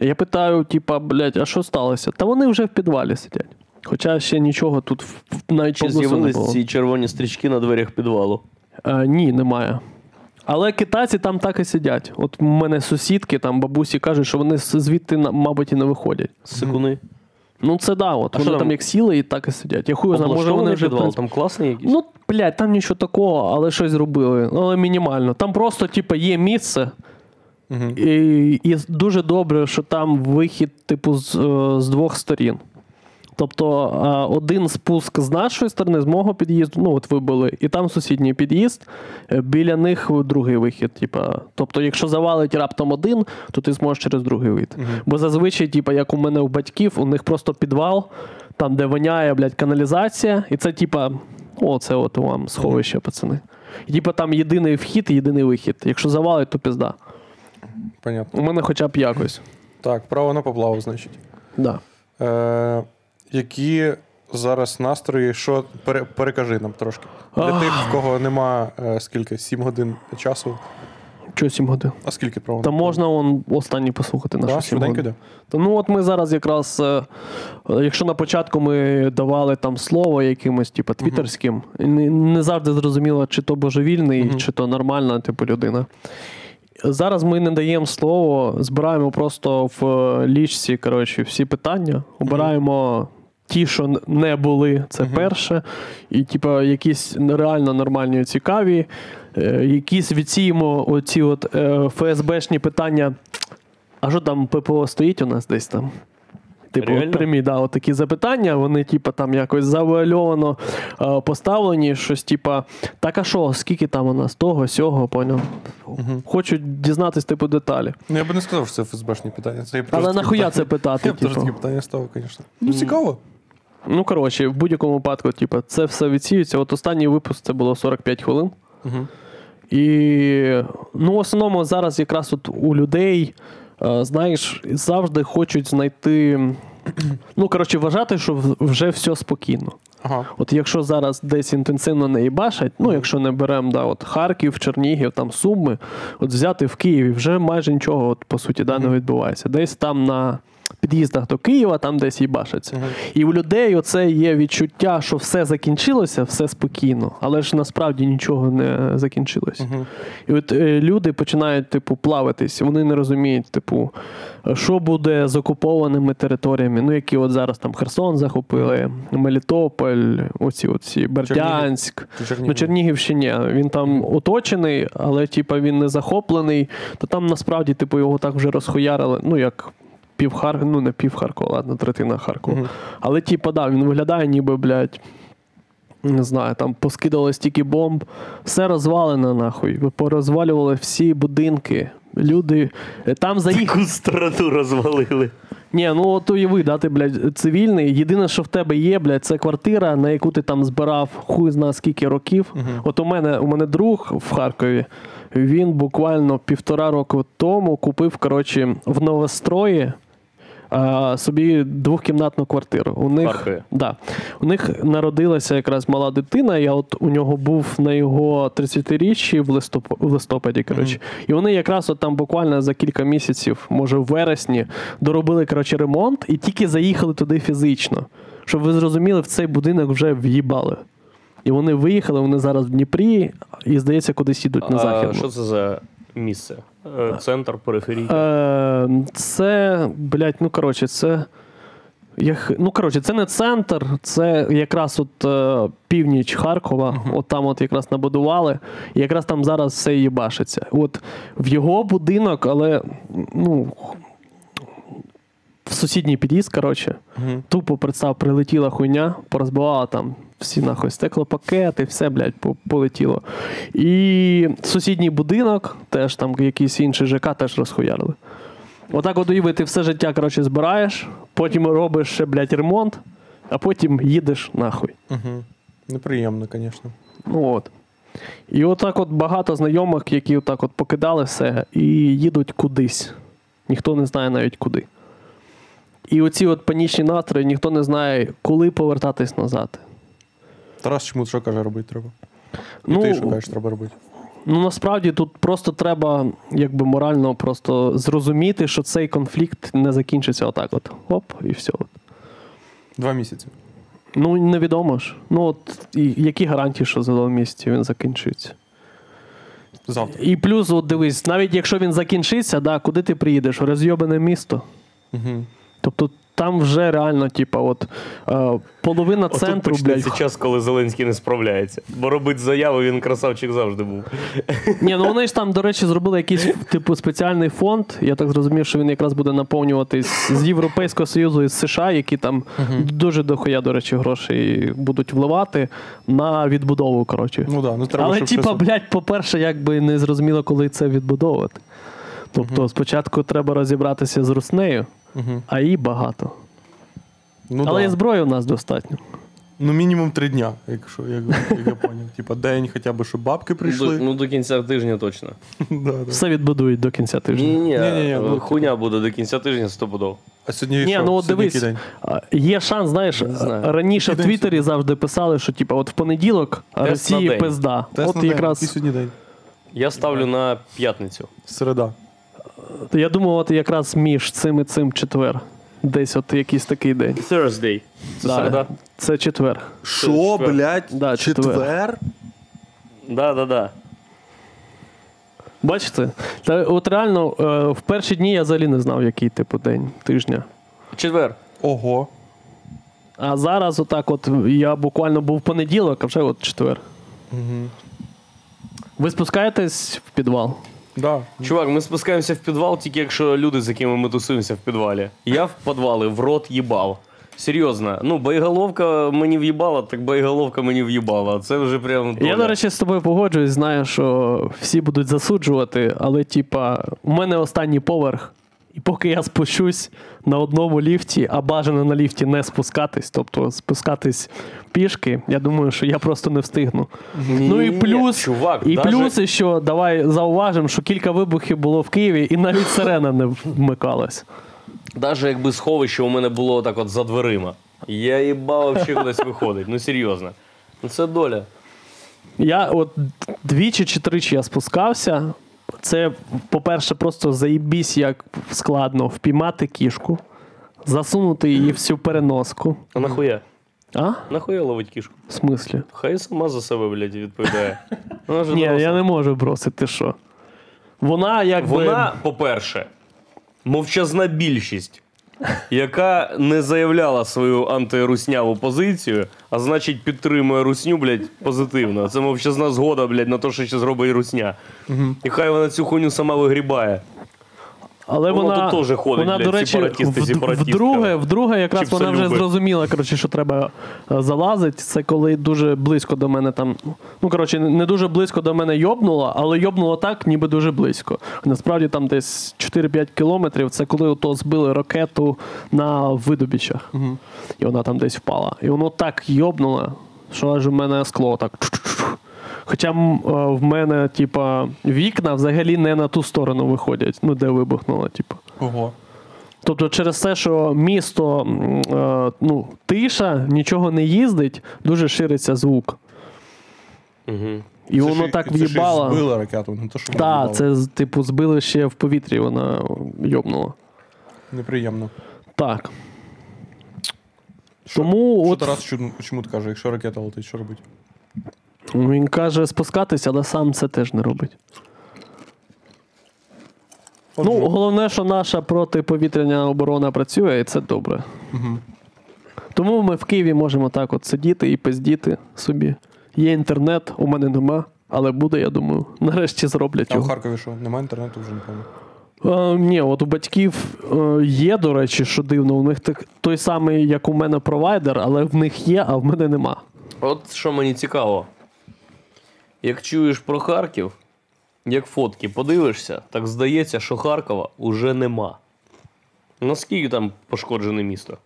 S2: Я питаю, типа, блядь, а що сталося? Та вони вже в підвалі сидять. Хоча ще нічого тут в- в- навіть
S3: Чи
S2: поблизу не було.
S3: з'явились ці червоні стрічки на дверях підвалу?
S2: Е, ні, немає. Але китайці там так і сидять. От у мене сусідки, там бабусі кажуть, що вони з- звідти, на- мабуть, і не виходять.
S3: Сикуни.
S2: Ну це да, от вони
S3: що
S2: там?
S3: там?
S2: як сіли і так і сидять. Я хуй знаю, може вони
S3: Облаштований
S2: вже в
S3: підвал,
S2: принципі-
S3: там класний якийсь.
S2: Ну, блядь, там нічого такого, але щось зробили. Ну, Але мінімально. Там просто, типу, є місце. І, і дуже добре, що там вихід, типу, з, е, з двох сторін. Тобто е, один спуск з нашої сторони, з мого під'їзду, ну от ви були, і там сусідній під'їзд, е, біля них другий вихід. Типа. Тобто, якщо завалить раптом один, то ти зможеш через другий вийти. Бо зазвичай, типа, як у мене у батьків, у них просто підвал, там, де воняє, блядь, каналізація, і це, типа, о, це от вам сховище, пацани. І, Типа там єдиний вхід і єдиний вихід. Якщо завалить, то пізда.
S1: Понятно.
S2: У мене хоча б якось.
S1: Так, право на поплаву, значить.
S2: Да.
S1: Е, які зараз настрої, що пере, перекажи нам трошки. Для тих, в кого нема е, скільки? 7 годин часу.
S2: Чого 7 годин?
S1: А скільки право?
S2: Та можна он останній послухати
S1: Да,
S2: нашу
S1: швиденько
S2: сьогодні.
S1: йде.
S2: Та ну от ми зараз якраз, е, е, якщо на початку ми давали там слово якимось, типу, твіттерським, не, не завжди зрозуміло, чи то божевільний, чи то нормальна, типу, людина. Зараз ми не даємо слово, збираємо просто в е, лічці коротше, всі питання, обираємо ті, що н- не були, це перше. І, типу, якісь реально нормальні, цікаві. Е, якісь відсіємо оці от е, ФСБшні питання. А що там ППО стоїть у нас десь там? Типу,
S3: Реально?
S2: от прямі, да, от такі запитання, вони, типу, там якось завуальовано е, поставлені, щось, типа, так а що, скільки там у нас того, сього, поняв? Хочуть дізнатись, типу, деталі.
S1: Ну, я би не сказав, що це ФСБшні питання. Це я б
S2: Але
S1: теж такі
S2: нахуя це
S1: питання-
S2: питати,
S1: Я б теж
S2: типу?
S1: такі питання ставив, звісно. Ну, цікаво.
S2: Ну, коротше, в будь-якому випадку, типу, це все відсіюється. От останній випуск це було 45 хвилин.
S1: Мгм.
S2: І ну, в основному зараз якраз от у людей, е, знаєш, завжди хочуть знайти. Ну, коротше, вважати, що в- вже все спокійно.
S1: Ага.
S2: От якщо зараз десь інтенсивно не їбашать, ну якщо не беремо да, от Харків, Чернігів, там Суми, от взяти в Києві вже майже нічого, от, по суті, да, не відбувається. Десь там на під'їздах до Києва, там десь їбашаться. І у людей оце є відчуття, що все закінчилося, все спокійно, але ж насправді нічого не закінчилося. І от е, люди починають, типу, плаватись, вони не розуміють, типу, е, що буде з окупованими територіями, ну які от зараз там Херсон захопили, Мелітополь, оці оці Бердянськ.
S1: Чи Чернігів?
S2: Ну, Чернігів ще ні. Він там оточений, але типу, він не захоплений. То там насправді, типу, його так вже розхуярили. Ну як. Пів Хар... ну не пів Харкова, ладно, третина Харкова. Але, типу, да, він виглядає, ніби, блядь, не знаю, там поскидали стільки бомб, все розвалено нахуй. Порозвалювали всі будинки. Люди е, там за їх.
S3: Таку сторону розвалили.
S2: Ні, ну от уяви, да, ти, блядь, цивільний. Єдине, що в тебе є, блядь, це квартира, на яку ти там збирав хуй зна скільки років. От у мене, у мене друг в Харкові. Він буквально півтора року тому купив, коротше, в новострої а, собі двохкімнатну квартиру. У них,
S3: Харкові?
S2: да, у них народилася якраз мала дитина. Я от у нього був на його 30-річчі в, листоп... в листопаді. Коротше. І вони якраз от там буквально за кілька місяців, може в вересні, доробили коротше, ремонт і тільки заїхали туди фізично. Щоб ви зрозуміли, в цей будинок вже в'їбали. І вони виїхали, вони зараз в Дніпрі і, здається, кудись їдуть на захід.
S3: Що це за місце? Е, Центр, периферійка.
S2: Е, це, блядь, ну коротше, це. Я, х- ну, коротше, це не центр, це якраз от е, північ Харкова, от там от якраз набудували, і якраз там зараз все їбашиться. От в його будинок, але ну, в сусідній під'їзд, коротше, тупо представ, прилетіла хуйня, порозбивала там всі нахуй стеклопакети, все, блядь, по- полетіло. І сусідній будинок, теж там якийсь інший ЖК теж розхуярили. Отак от уяви, ти все життя, коротше, збираєш, потім робиш ще, блядь, ремонт, а потім їдеш нахуй.
S1: Угу. Неприємно, звісно.
S2: Ну от. І отак от багато знайомих, які отак от покидали все і їдуть кудись. Ніхто не знає навіть куди. І оці от панічні настрої, ніхто не знає, коли повертатись назад.
S1: Тарас чому що каже, робити треба? І
S2: Ну,
S1: ти що кажеш, треба робити.
S2: Ну насправді тут просто треба, якби морально просто зрозуміти, що цей конфлікт не закінчиться отак. От. Оп, і все. От.
S1: Два місяці.
S2: Ну невідомо ж. Ну от і які гарантії, що за два місяці він закінчується.
S1: Завтра.
S2: І плюс, от дивись, навіть якщо він закінчиться, да, куди ти приїдеш? В розйобане місто.
S1: Угу.
S2: Тобто там вже реально, типа, от е, половина
S3: Отут
S2: центру, блядь.
S3: почнеться час, коли Зеленський не справляється. Бо робить заяву, він красавчик завжди був.
S2: Ні, ну вони ж там, до речі, зробили якийсь типу спеціальний фонд. Я так зрозумів, що він якраз буде наповнюватись з Європейського Союзу і з США, які там дуже дохуя, до речі, грошей будуть вливати на відбудову. Коротше.
S1: Ну да, ну треба,
S2: Але,
S1: щоб
S2: типа,
S1: щось-
S2: блядь, по-перше, якби не зрозуміло, коли це відбудовувати. Тобто, спочатку треба розібратися з руснею, а її багато.
S1: ну,
S2: Але
S1: да.
S2: і зброї у нас достатньо.
S1: ну мінімум три дня, якщо як, як я поняв. Типа день хоча б, щоб бабки прийшли.
S3: ну, до кінця тижня точно.
S1: Да, да.
S2: Все відбудують до кінця тижня.
S3: Ні, ні,
S1: Ні-ні-ні, ну,
S3: хуйня буде до кінця тижня стопудово.
S1: А сьогодні
S2: Ні,
S1: що?
S2: ну от
S1: Сьогодні
S2: дивись,
S1: який день?
S2: а, є шанс, знаєш,
S3: знаю.
S2: а, раніше в
S1: Який день
S2: Твіттері завжди писали, що типу, от в понеділок
S3: на
S2: Росії
S3: день.
S2: пизда.
S1: Тест на день.
S2: от
S1: Який
S2: якраз
S1: сьогодні день?
S3: Я ставлю на п'ятницю.
S1: Середа.
S2: я думав, от якраз між цим і цим четвер. Десь от якийсь такий день.
S3: Thursday. Це
S2: Да,
S3: середа?
S2: Це четвер.
S1: Що,
S3: четвер.
S1: блядь?
S2: Да, четвер.
S1: четвер?
S3: Да, да, да.
S2: Бачите? Та от реально е, в перші дні я взагалі не знав, який типу день тижня.
S3: Четвер.
S1: Ого.
S2: А зараз, отак, от я буквально був понеділок, а вже от четвер. Ви спускаєтесь в підвал?
S1: Да.
S3: Чувак, ми спускаємося в підвал, тільки якщо люди, з якими ми тусуємося в підвалі. Я в підвали в рот їбав. Серйозно, ну боєголовка мені в'їбала, так боєголовка мені в'їбала. Це вже прям.
S2: Я, до речі, з тобою погоджуюсь, знаю, що всі будуть засуджувати, але типа, у мене останній поверх, і поки я спущусь на одному ліфті, а бажано на ліфті не спускатись, тобто спускатись пішки, я думаю, що я просто не встигну. ну і
S3: Ні,
S2: плюс,
S3: чувак,
S2: і
S3: даже-
S2: плюс, і що давай зауважимо, що кілька вибухів було в Києві, і навіть сирена не вмикалась.
S3: Даже якби сховище у мене було так от за дверима. Я їбав вообще кудись виходить. Ну серйозно. Ну це доля.
S2: Я от двічі чи тричі я спускався. Це, по-перше, просто заїбісь, як складно впіймати кішку, засунути її всю переноску.
S3: А нахуя?
S2: А?
S3: Нахуя ловить кішку?
S2: В смислі?
S3: Хай сама за себе, блядь, відповідає. Вона ж
S2: Ні,
S3: доросла.
S2: я не можу бросити, що. Вона якби.
S3: Вона, по-перше, мовчазна більшість, яка не заявляла свою антирусняву позицію, а значить підтримує русню, блядь, позитивно. Це мовчазна згода, блядь, на те, що ще зробить русня. І хай вона цю хуйню сама вигрібає.
S2: Але
S3: Вона
S2: вона,
S3: тут теж ходить,
S2: вона
S3: блядь,
S2: до речі,
S3: сепаратісти,
S2: вд-
S3: сепаратістка.
S2: вдруге, вдруге, якраз
S3: Чіпса
S2: вона вже
S3: любить.
S2: зрозуміла, коротше, що треба е, залазити. Це коли дуже близько до мене там. Ну коротше, не дуже близько до мене йобнула, але йобнула так, ніби дуже близько. Насправді там десь 4-5 кілометрів. Це коли ото збили ракету на видобічах, і вона там десь впала. І воно так йобнуло, що аж у мене скло так. чух-чух-чух. Хоча м, е, в мене, типа, вікна взагалі не на ту сторону виходять, ну де вибухнуло, типу.
S1: Ого.
S2: Тобто, через те, що місто м, е, ну, тиша, нічого не їздить, дуже шириться звук. І
S1: Це
S2: воно
S1: ж-
S2: так
S1: це ж і
S2: в'їбало.
S1: Збили ракету, не то, що вона
S2: Так,
S1: в'їбала.
S2: це з- типу збили ще в повітрі, вона йобнула.
S1: неприємно.
S2: Так. Тому
S1: Що
S2: от
S1: Тарас чому, чому ти каже, якщо ракета летить, що робить?
S2: він каже спускатися, але сам це теж не робить.
S1: От
S2: Ну,
S1: жопа.
S2: головне, що наша протиповітряна оборона працює, і це добре. Тому ми в Києві можемо так от сидіти і пиздіти собі. Є інтернет, у мене нема, але буде, я думаю. Нарешті зроблять
S1: а у
S2: його.
S1: Харкові що? Немає інтернету вже, напевно.
S2: Е, ні, от у батьків е, є, до речі, що дивно, у них так, той самий, як у мене, провайдер, але в них є, а в мене нема.
S3: От що мені цікаво. Як чуєш про Харків, як фотки подивишся, так здається, що Харкова уже нема. Наскільки там пошкоджене місто?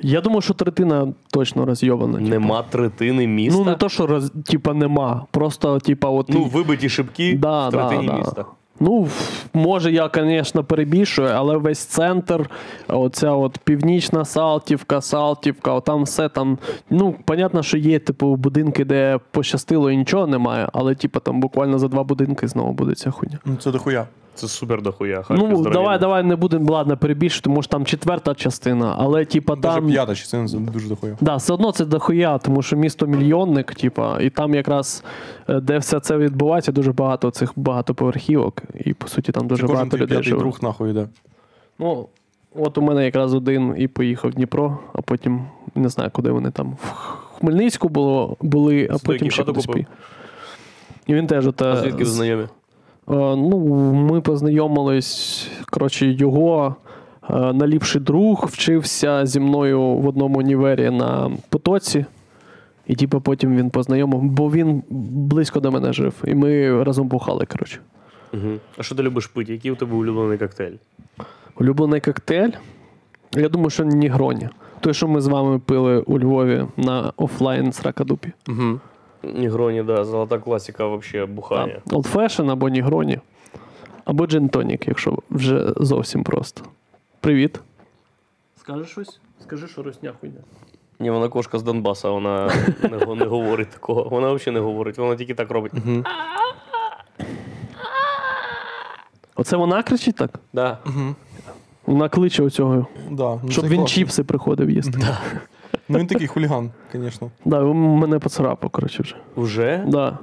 S2: Я думаю, що третина точно розйобана. типу.
S3: Нема третини міста.
S2: Ну, не то, що роз, типа, нема. Просто, типа, от.
S3: Ну, вибиті шибки
S2: да,
S3: в
S2: да,
S3: третині
S2: да.
S3: міста.
S2: Ну, в- може, я, звісно, перебільшую, але весь центр, оця от північна Салтівка, Салтівка, там все там. Ну, понятно, що є, типу, будинки, де пощастило і нічого немає, але типу там буквально за два будинки знову буде ця хуйня.
S1: Ну, Це дохуя.
S3: Це супер дохуя. Харків
S2: Ну,
S3: здоровенний.
S2: давай, давай не будемо, ладно, перебільшити, може там четверта частина, але типа
S1: Даже
S2: там.
S1: п'ята частина це дуже дохуя.
S2: Да, все одно це дохуя, тому що місто мільйонник, типа, і там якраз е, де все це відбувається, дуже багато цих багатоповерхівок, і по суті там дуже
S1: Кожен
S2: багато
S1: той
S2: людей
S1: п'ятий
S2: живе.
S1: друг нахуй йде.
S2: Ну, От у мене якраз один і поїхав в Дніпро, а потім не знаю, куди вони там. В Хмельницьку було, були, а
S3: Сюди
S2: потім ще
S3: хату
S2: кудись
S3: купив?
S2: пої- І він теж ота,
S3: А звідки ви
S2: з-
S3: знайомі?
S2: Е, Ну, ми познайомились. Коротше, його е, наліпший друг вчився зі мною в одному універі на потоці. І типу потім він познайомив, бо він близько до мене жив. І ми разом бухали, коротше.
S3: Угу. А що ти любиш пити? Який у тебе улюблений коктейль?
S2: Улюблений коктейль. Я думаю, що Нігроні. Той, що ми з вами пили у Львові на офлайн з Ракадупі.
S1: Угу.
S3: Нігроні, да, золота класіка вообще бухання.
S2: Old Fashion або Нігроні. Або Джентонік, якщо вже зовсім просто. Привіт. Скажи щось? Скажи, що русня хуйня.
S3: Ні, вона кошка з Донбаса, вона не, не говорить такого. Вона взагалі не говорить, вона тільки так робить.
S2: Оце вона кричить так?
S3: Да.
S2: Вона кличе оцього,
S1: Да, ну
S2: щоб
S1: це
S2: він
S1: класно.
S2: чіпси приходив їсти. Да.
S1: Ну він такий хуліган, звісно.
S2: він мене поцарапав, коротше вже.
S3: Уже?
S2: Да.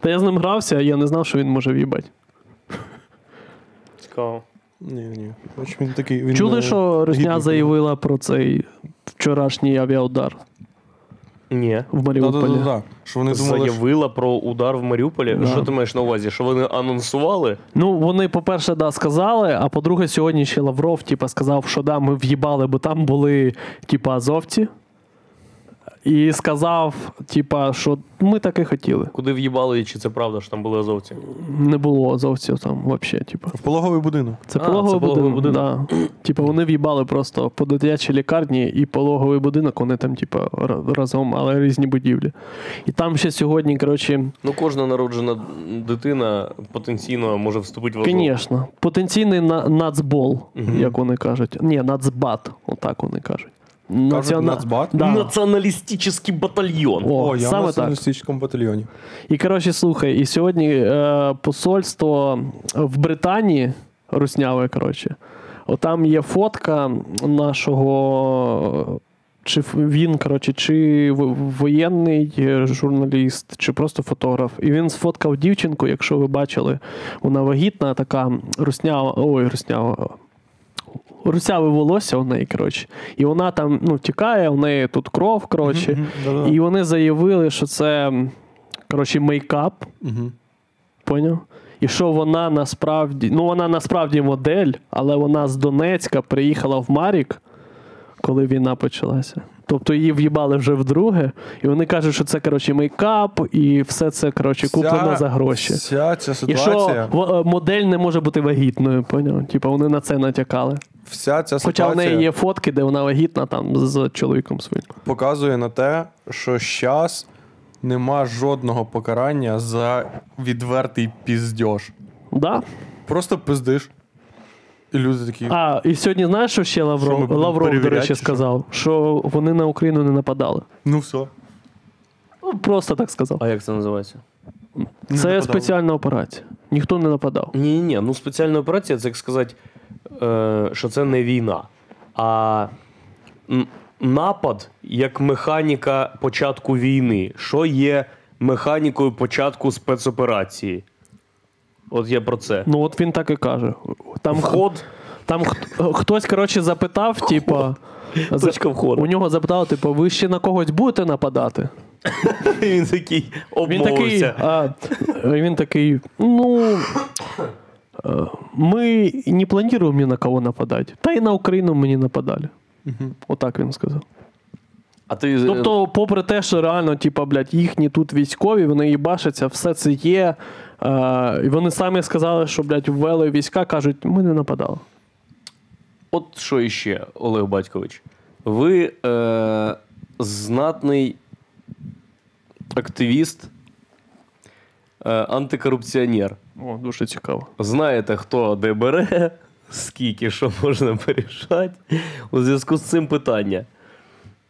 S2: Та я з ним грався, а я не знав, що він може в'їбати.
S3: Цікаво.
S1: Ні, ні. Бач, він такий. Він,
S2: Чули,
S1: е,
S2: що Русня
S1: гідний.
S2: заявила про цей вчорашній авіаудар
S3: Ні.
S2: в Маріуполі?
S1: Да-да-да. Що вони думали, що...
S3: Заявила про удар в Маріуполі.
S2: Да.
S3: Що ти маєш на увазі? Що вони анонсували?
S2: Ну, вони, по-перше, да, сказали, а по-друге, сьогодні ще Лавров, типа, сказав, що да, ми в'їбали, бо там були, типа, азовці. І сказав, типа, що ми так і хотіли.
S3: Куди в'їбали, і чи це правда, що там були азовці?
S2: Не було азовців там взагалі, типа.
S1: в пологовий будинок.
S2: Це
S3: А,
S2: пологовий
S3: це пологовий
S2: будинок. Да. Типа вони в'їбали просто по дитячій лікарні і пологовий будинок, вони там, типа, ра- разом, але різні будівлі. І там ще сьогодні, коротше,
S3: Ну, кожна народжена дитина потенційно може вступити в азов.
S2: звісно, потенційний на- нацбол, як вони кажуть. Ні, нацбат, отак вони кажуть. Націона-
S1: «Нацбат»?
S2: Да.
S3: Націоналістичний батальйон.
S2: О,
S1: О, я в
S2: саме так.
S1: націоналістичному батальйоні.
S2: І коротше, слухай, і сьогодні е, посольство в Британії русняве, коротше, отам є фотка нашого. Чи ф- він, коротше, чи в- воєнний е, журналіст, чи просто фотограф. І він сфоткав дівчинку, якщо ви бачили, вона вагітна, така руснява, ой, руснява, русяве волосся у неї, коротше. І вона там ну, тікає, у неї тут кров, коротше.
S1: да-да-да.
S2: І вони заявили, що це м, коротше мейкап.
S1: Угу.
S2: Поняв? І що вона насправді, ну вона насправді модель, але вона з Донецька приїхала в Марік, коли війна почалася. Тобто її в'їбали вже вдруге, і вони кажуть, що це коротше мейкап, і все це коротше куплено за гроші.
S1: Вся ця
S2: І
S1: ситуація.
S2: що в- е, модель не може бути вагітною, поняв? Типа вони на це натякали.
S1: Вся ця
S2: Хоча
S1: ситуація
S2: в неї є фотки, де вона вагітна там з чоловіком своїм.
S1: показує на те, що зараз нема жодного покарання за відвертий піздьош.
S2: Да?
S1: Просто пиздиш. І люди такі.
S2: А, і сьогодні знаєш, що ще
S1: Що, ми
S2: Лавров,
S1: будемо
S2: Лавров до
S1: перевіряти,
S2: речі,
S1: чи що?
S2: сказав, що вони на Україну не нападали.
S1: Ну все.
S2: Ну, Просто так сказав.
S3: А як це називається?
S1: не
S2: Це
S1: нападали.
S2: спеціальна операція. Ніхто не нападав.
S3: Ні, ні, ну спеціальна операція це як сказати, е, що це не війна, а м, напад як механіка початку війни. Що є механікою початку спецоперації? От я про це.
S2: Ну от він так і каже. Там, ход,
S3: Вход,
S2: там хт- хтось, коротше, запитав, типа. за-
S3: точка входу.
S2: У нього запитали, типу, ви ще на когось будете нападати?
S3: І він такий
S2: Він такий,
S3: обмовився.
S2: а, він такий, ну. е, Ми не плануємо ні на кого нападати. Та й на Україну ми не нападали. Отак він сказав.
S3: А ти е,
S2: Тобто, попри те, що реально, типа, блядь, їхні тут військові, вони їбашаться, все це є. Е, і вони самі сказали, що, блядь, ввели війська, кажуть, ми не нападали.
S3: От що іще, Олег Батькович. Ви е, знатний активіст, е, антикорупціонер.
S2: О, дуже цікаво.
S3: Знаєте, хто де бере, скільки що можна порішати. У зв'язку з цим питання.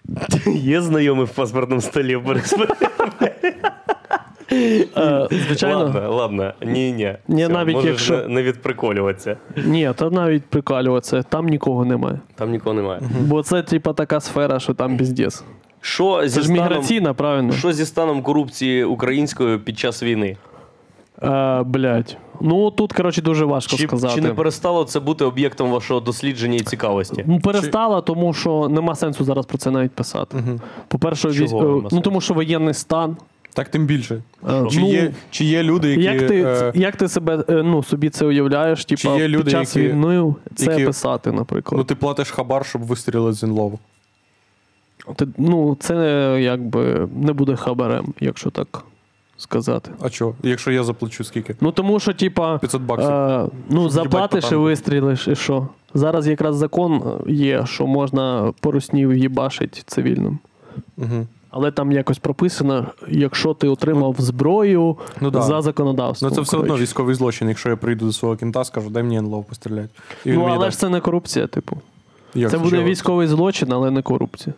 S3: Є знайомий в паспортному столі в Борисполі?
S2: Е, звичайно,
S3: Ладно, ладно. Ні, ні.
S2: Ні, навіть
S3: можеш
S2: якщо-
S3: не, не відприколюватися.
S2: ні, та навіть прикалюватися, там нікого немає.
S3: Там нікого немає.
S2: Бо це, типа, така сфера, що там піздец.
S3: Що
S2: Це
S3: зі,
S2: ж
S3: станом,
S2: міграційна, правильно?
S3: що зі станом корупції української під час війни?
S2: Е, блядь. Ну тут, коротше, дуже важко
S3: Чи,
S2: сказати.
S3: чи не перестало це бути об'єктом вашого дослідження і цікавості?
S2: Ну, перестала, тому що нема сенсу зараз про це навіть писати. По-перше,
S3: Чого
S2: військ...
S3: нема
S2: е, ну
S3: сенсу?
S2: тому що воєнний стан.
S1: Так тим більше.
S2: Е,
S1: Чи,
S2: ну,
S1: є, чи є люди, які,
S2: як, ти,
S1: е,
S2: як ти себе е, ну, собі це уявляєш? Типа,
S1: Чи є люди,
S2: під час
S1: які-
S2: війни це
S1: які-
S2: писати, наприклад.
S1: ну, ти платиш хабар, щоб вистрілити з інлову.
S2: Ти- ну, це якби не буде хабарем, якщо так сказати.
S1: А чо? Якщо я заплачу скільки?
S2: Ну тому що, типа,
S1: 500 баксів.
S2: е, ну,
S1: їбать
S2: заплатиш і
S1: потанку.
S2: вистрілиш, і що? Зараз якраз закон є, що можна поруснів їбашить цивільним.
S1: Угу.
S2: Але там якось прописано, якщо ти отримав зброю
S1: Ну да.
S2: за
S1: Ну
S2: законодавством.
S1: це все одно
S2: коротше.
S1: військовий злочин. Якщо я прийду до свого кінта, скажу, дай мені інлов постріляти. І він
S2: Ну,
S1: мені
S2: але ж
S1: дасть.
S2: це не корупція, типу.
S1: Як
S2: Це буде
S1: чого?
S2: військовий злочин, але не корупція.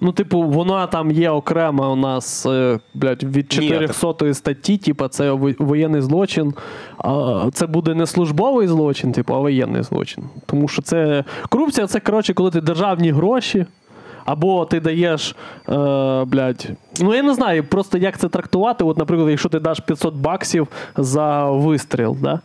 S2: Ну, типу, вона там є окрема у нас, е, блядь, від
S3: Ні,
S2: 400 статті, типу, це во- воєнний злочин. А це буде не службовий злочин, типу, а воєнний злочин. Тому що це. Корупція це, коротше, коли ти державні гроші. Або ти даєш, е, блядь, ну я не знаю просто як це трактувати. От, наприклад, якщо ти даш 500 баксів за вистріл, да?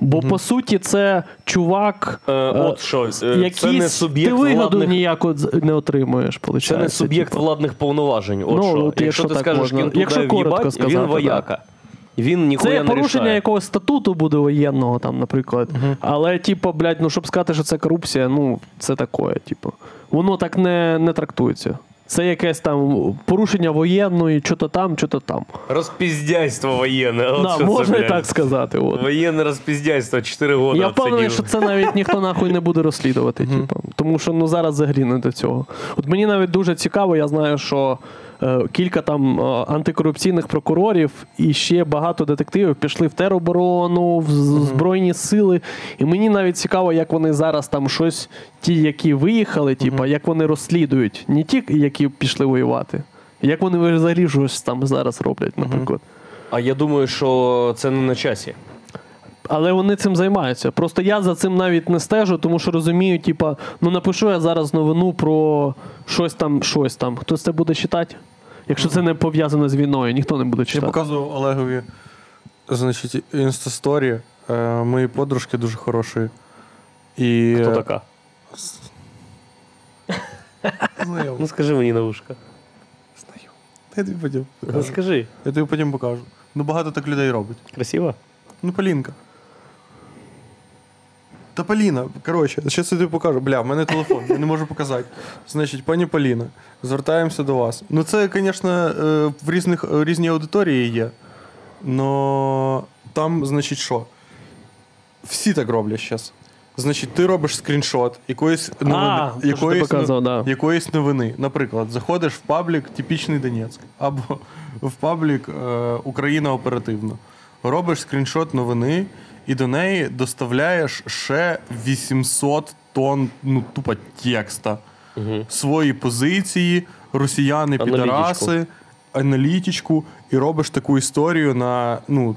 S2: Бо по суті це чувак,
S3: Е,
S2: е,
S3: от що, е,
S2: якісь
S3: це не суб'єкт
S2: ти вигоду
S3: владних
S2: ніяку з- не отримуєш. типу. Виходить,
S3: Це не суб'єкт владних повноважень. От
S2: Ну,
S3: що.
S2: от
S3: якщо,
S2: якщо
S3: ти
S2: так
S3: скажеш,
S2: можна.
S3: він туди
S2: Якщо
S3: в'їбать,
S2: коротко
S3: він
S2: сказати,
S3: вояка. Він
S2: Це
S3: ніхуя не
S2: порушення
S3: рішає.
S2: якогось статуту буде воєнного, там, наприклад. Але, типу, блядь, ну щоб сказати, що це корупція, ну це таке, типу. Воно так не, не трактується. Це якесь там порушення воєнної, що-то там, що-то там.
S3: Розпіздяйство воєнне. От що
S2: да,
S3: це,
S2: можна і
S3: блядь.
S2: так сказати. От.
S3: Воєнне розпіздяйство 4 роки.
S2: Я впевнений, що це навіть ніхто нахуй не буде розслідувати. типу. Тому що ну зараз взагалі не до цього. От мені навіть дуже цікаво, я знаю, що е, кілька там е, антикорупційних прокурорів і ще багато детективів пішли в тероборону, в з- Збройні сили. І мені навіть цікаво, як вони зараз там щось, ті, які виїхали, типу, як вони розслідують, не ті, які пішли воювати. Як вони взагалі щось там зараз роблять, наприклад.
S3: А я думаю, що це не на часі.
S2: Е, Але вони цим займаються. Просто я за цим навіть не стежу, тому що розумію, типа, ну напишу я зараз новину про щось там, щось там. Хтось це буде читати? Якщо це не пов'язано з війною, ніхто не буде
S1: Я
S2: читати.
S1: показував Олегові, значить, інстасторі е, моєї подружки дуже хорошої. І е,
S3: Хто така?
S1: Знайомо.
S3: Ну скажи мені на вушка.
S1: Я тобі потім
S2: Е.
S3: Ну
S1: покажу.
S3: скажи,
S1: Я тобі потім покажу. Ну багато так людей робить.
S3: красиво?
S1: Ну, Полінка. Та Поліна, коротше, зараз я тобі покажу. Бля, в мене телефон, я не можу показати. Значить, пані Поліна, звертаємося до вас. Ну, це, звісно, е, в різних, е, різній аудиторії є. Но там, значить, що? Всі так роблять зараз. Значить, ти робиш скріншот якоїсь новини,
S2: А, то, що ти
S1: якоїсь, ну,
S2: показував, да.
S1: якоїсь новини. Наприклад, заходиш в паблік Типічний Донецьк або в паблік е, Україна оперативно. Робиш скріншот новини і до неї доставляєш ще 800 тонн, ну тупо текста. Свої позиції, росіяни,
S3: Аналітичку.
S1: підараси, аналітичку, і робиш таку історію на, ну,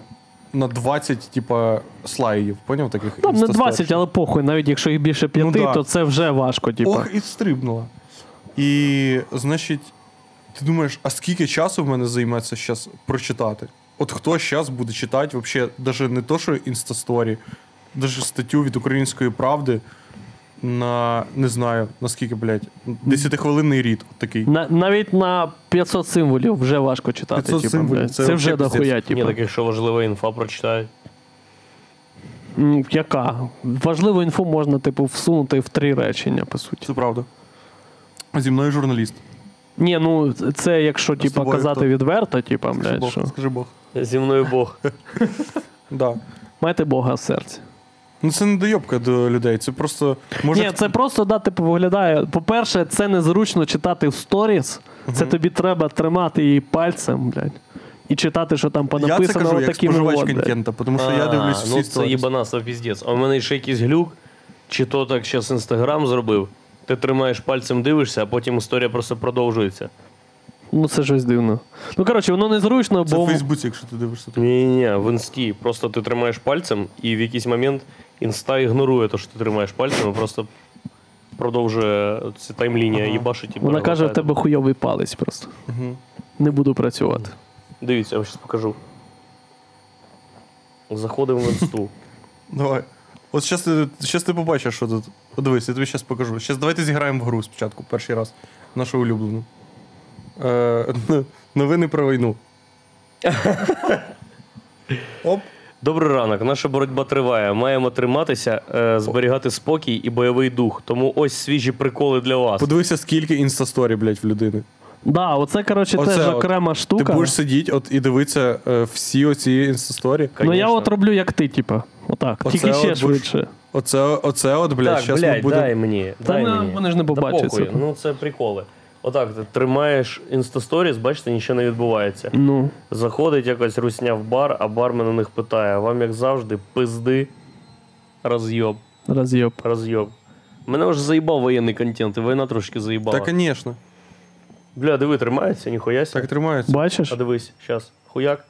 S1: на 20, типа, слайдів. Поняв таких?
S2: Там не
S1: інстасторій?
S2: 20, Ну, але похуй, навіть якщо їх більше 5,
S1: Ну да.
S2: то це вже важко, типа.
S1: Ох, і стрибнула. І, значить, ти думаєш, а скільки часу в мене займеться зараз прочитати? От хто зараз буде читати вообще, навіть не то, що інстасторі, навіть статтю від української правди на не знаю наскільки, блядь, 10-хвилинний рід от такий.
S2: На, навіть на 500 символів вже важко читати.
S1: 500
S2: типа,
S1: символів,
S2: блядь.
S1: це
S2: це, вже
S1: взагалі
S2: дохуя,
S3: Ні,
S2: типа.
S3: так якщо важлива інфа прочитають.
S2: М, Яка? Важливу інфу можна, типу, всунути в три речення, по суті.
S1: Це правда. Зі мною журналіст.
S2: Ні, ну це якщо типа
S1: тобою
S2: казати
S1: хто?
S2: відверто, типа, блядь,
S1: Бог,
S2: що.
S1: скажи Бог.
S3: Зі мною Бог.
S1: Да.
S2: Майте Бога в серці.
S1: Ну це не дойобка до людей, це просто може
S2: Ні, це просто да, типу, виглядає. По-перше, це незручно читати в сторіс. Це тобі треба тримати її пальцем, блядь. І читати, що там
S1: я це
S2: понаписано
S1: кажу як
S2: отакими
S1: споживач
S2: от, блядь.
S1: контента, тому що я
S3: А,
S1: дивлюсь всі
S3: ну, це
S1: сторіс.
S3: їбанаса піздець. А в мене ще якийсь глюк, чи то так зараз інстаграм зробив. Ти тримаєш пальцем, дивишся, а потім історія просто продовжується.
S2: Ну це щось дивно. Ну коротше, воно незручно,
S1: Це
S2: бо
S1: в Фейсбуці, якщо ти дивишся.
S3: Ні, ні, ні, в інсті. Просто ти тримаєш пальцем, і в якийсь момент інста ігнорує те, що ти тримаєш пальцем, і просто продовжує ця таймлінія їбашить і
S2: вона каже, в
S3: перегортає.
S2: тебе хуйовий палець просто. Не буду працювати.
S3: Дивіться, я вам зараз покажу. Заходимо в інсту.
S1: Давай. От щас ти, щас ти побачиш, що тут. От Дивись, я тобі щас покажу. Щас давайте зіграємо в гру спочатку, перший раз. Нашу улюблену. Е, н- новини про війну. Оп.
S3: Добрий ранок. Наша боротьба триває. Маємо триматися, е, зберігати спокій і бойовий дух. Тому ось свіжі приколи для вас.
S1: Подивися, скільки інстасторі, блядь, в людини.
S2: Да, оце, коротше,
S1: Оце
S2: теж
S1: от.
S2: окрема штука.
S1: Ти будеш сидіти от, і дивитися е, всі оці інстасторі.
S2: Ну я
S3: Конечно.
S2: от роблю як ти, типа. Отак.
S1: Оце
S2: Тільки
S1: от
S2: ще
S1: будеш-
S2: швидше.
S1: Оце, оце от, блядь,
S3: Так,
S1: щас ми
S3: блядь,
S1: будемо.
S3: дай мені.
S2: Та
S3: дай
S2: на-
S3: мені.
S2: вони ж не
S3: Та
S2: побачать
S3: похуй,
S2: це.
S3: Ну це приколи. Отак, ти тримаєш інстасторіс, бачите, нічого не відбувається.
S2: Ну.
S3: Заходить якось русня в бар, а бармен у них питає: вам як завжди, пизди, роз'єб,
S2: Роз'єб.
S3: роз'єб. Мене вже заїбав воєнний контент, і війна трошки заїбала.
S1: Та, звісно.
S3: Бля, диви, тримається, ніхуя сі.
S1: Так тримається.
S2: Бачиш?
S3: А дивись, щас. Хуяк.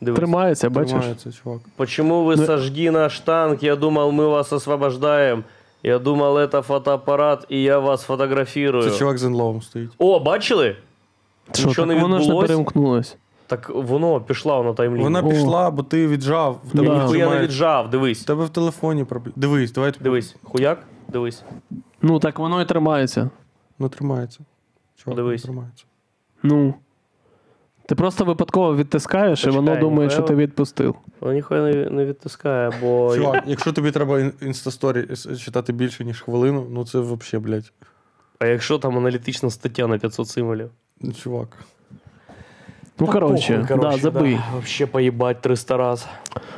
S3: Дивись.
S2: Тримається, бачиш?
S1: Тримається, чувак.
S3: Почему вы сожгли наш танк? Я думал, мы вас освобождаем. Я думал, это фотоаппарат, и я вас фотографирую.
S1: Це чувак з інловом стоїть.
S3: О, бачили?
S2: Що,
S3: Нічого
S2: так
S3: не
S2: воно ж не
S3: відбулось?
S2: перемкнулось.
S3: Так воно пішло на таймлін.
S1: Вона
S2: О.
S1: пішла, бо ти віджав. В тебе,
S2: Да.
S3: Хуя не
S1: віджимає-
S3: віджав, дивись.
S1: в тебе в телефоні проблема. Дивись, давай тобі-
S3: Дивись, хуяк, дивись.
S2: Ну так воно і тримається.
S1: Ну, тримається. Чувак, ну,
S3: Подивись.
S1: тримається.
S2: Ну. Ти просто випадково відтискаєш, і воно
S3: Почекай,
S2: думає, що ти
S3: напевно.
S2: відпустив.
S3: Воно ніхуя не, не відтискає, бо.
S1: Чувак, якщо тобі треба ін- інстасторі с- читати більше, ніж хвилину, ну це взагалі, блядь.
S3: А якщо там аналітична стаття на 500 символів?
S1: Ну, Чувак.
S2: Ну,
S3: Та
S2: коротше,
S3: похуй,
S2: да, забий. Ну,
S3: Да. Вообще поїбать 300 раз.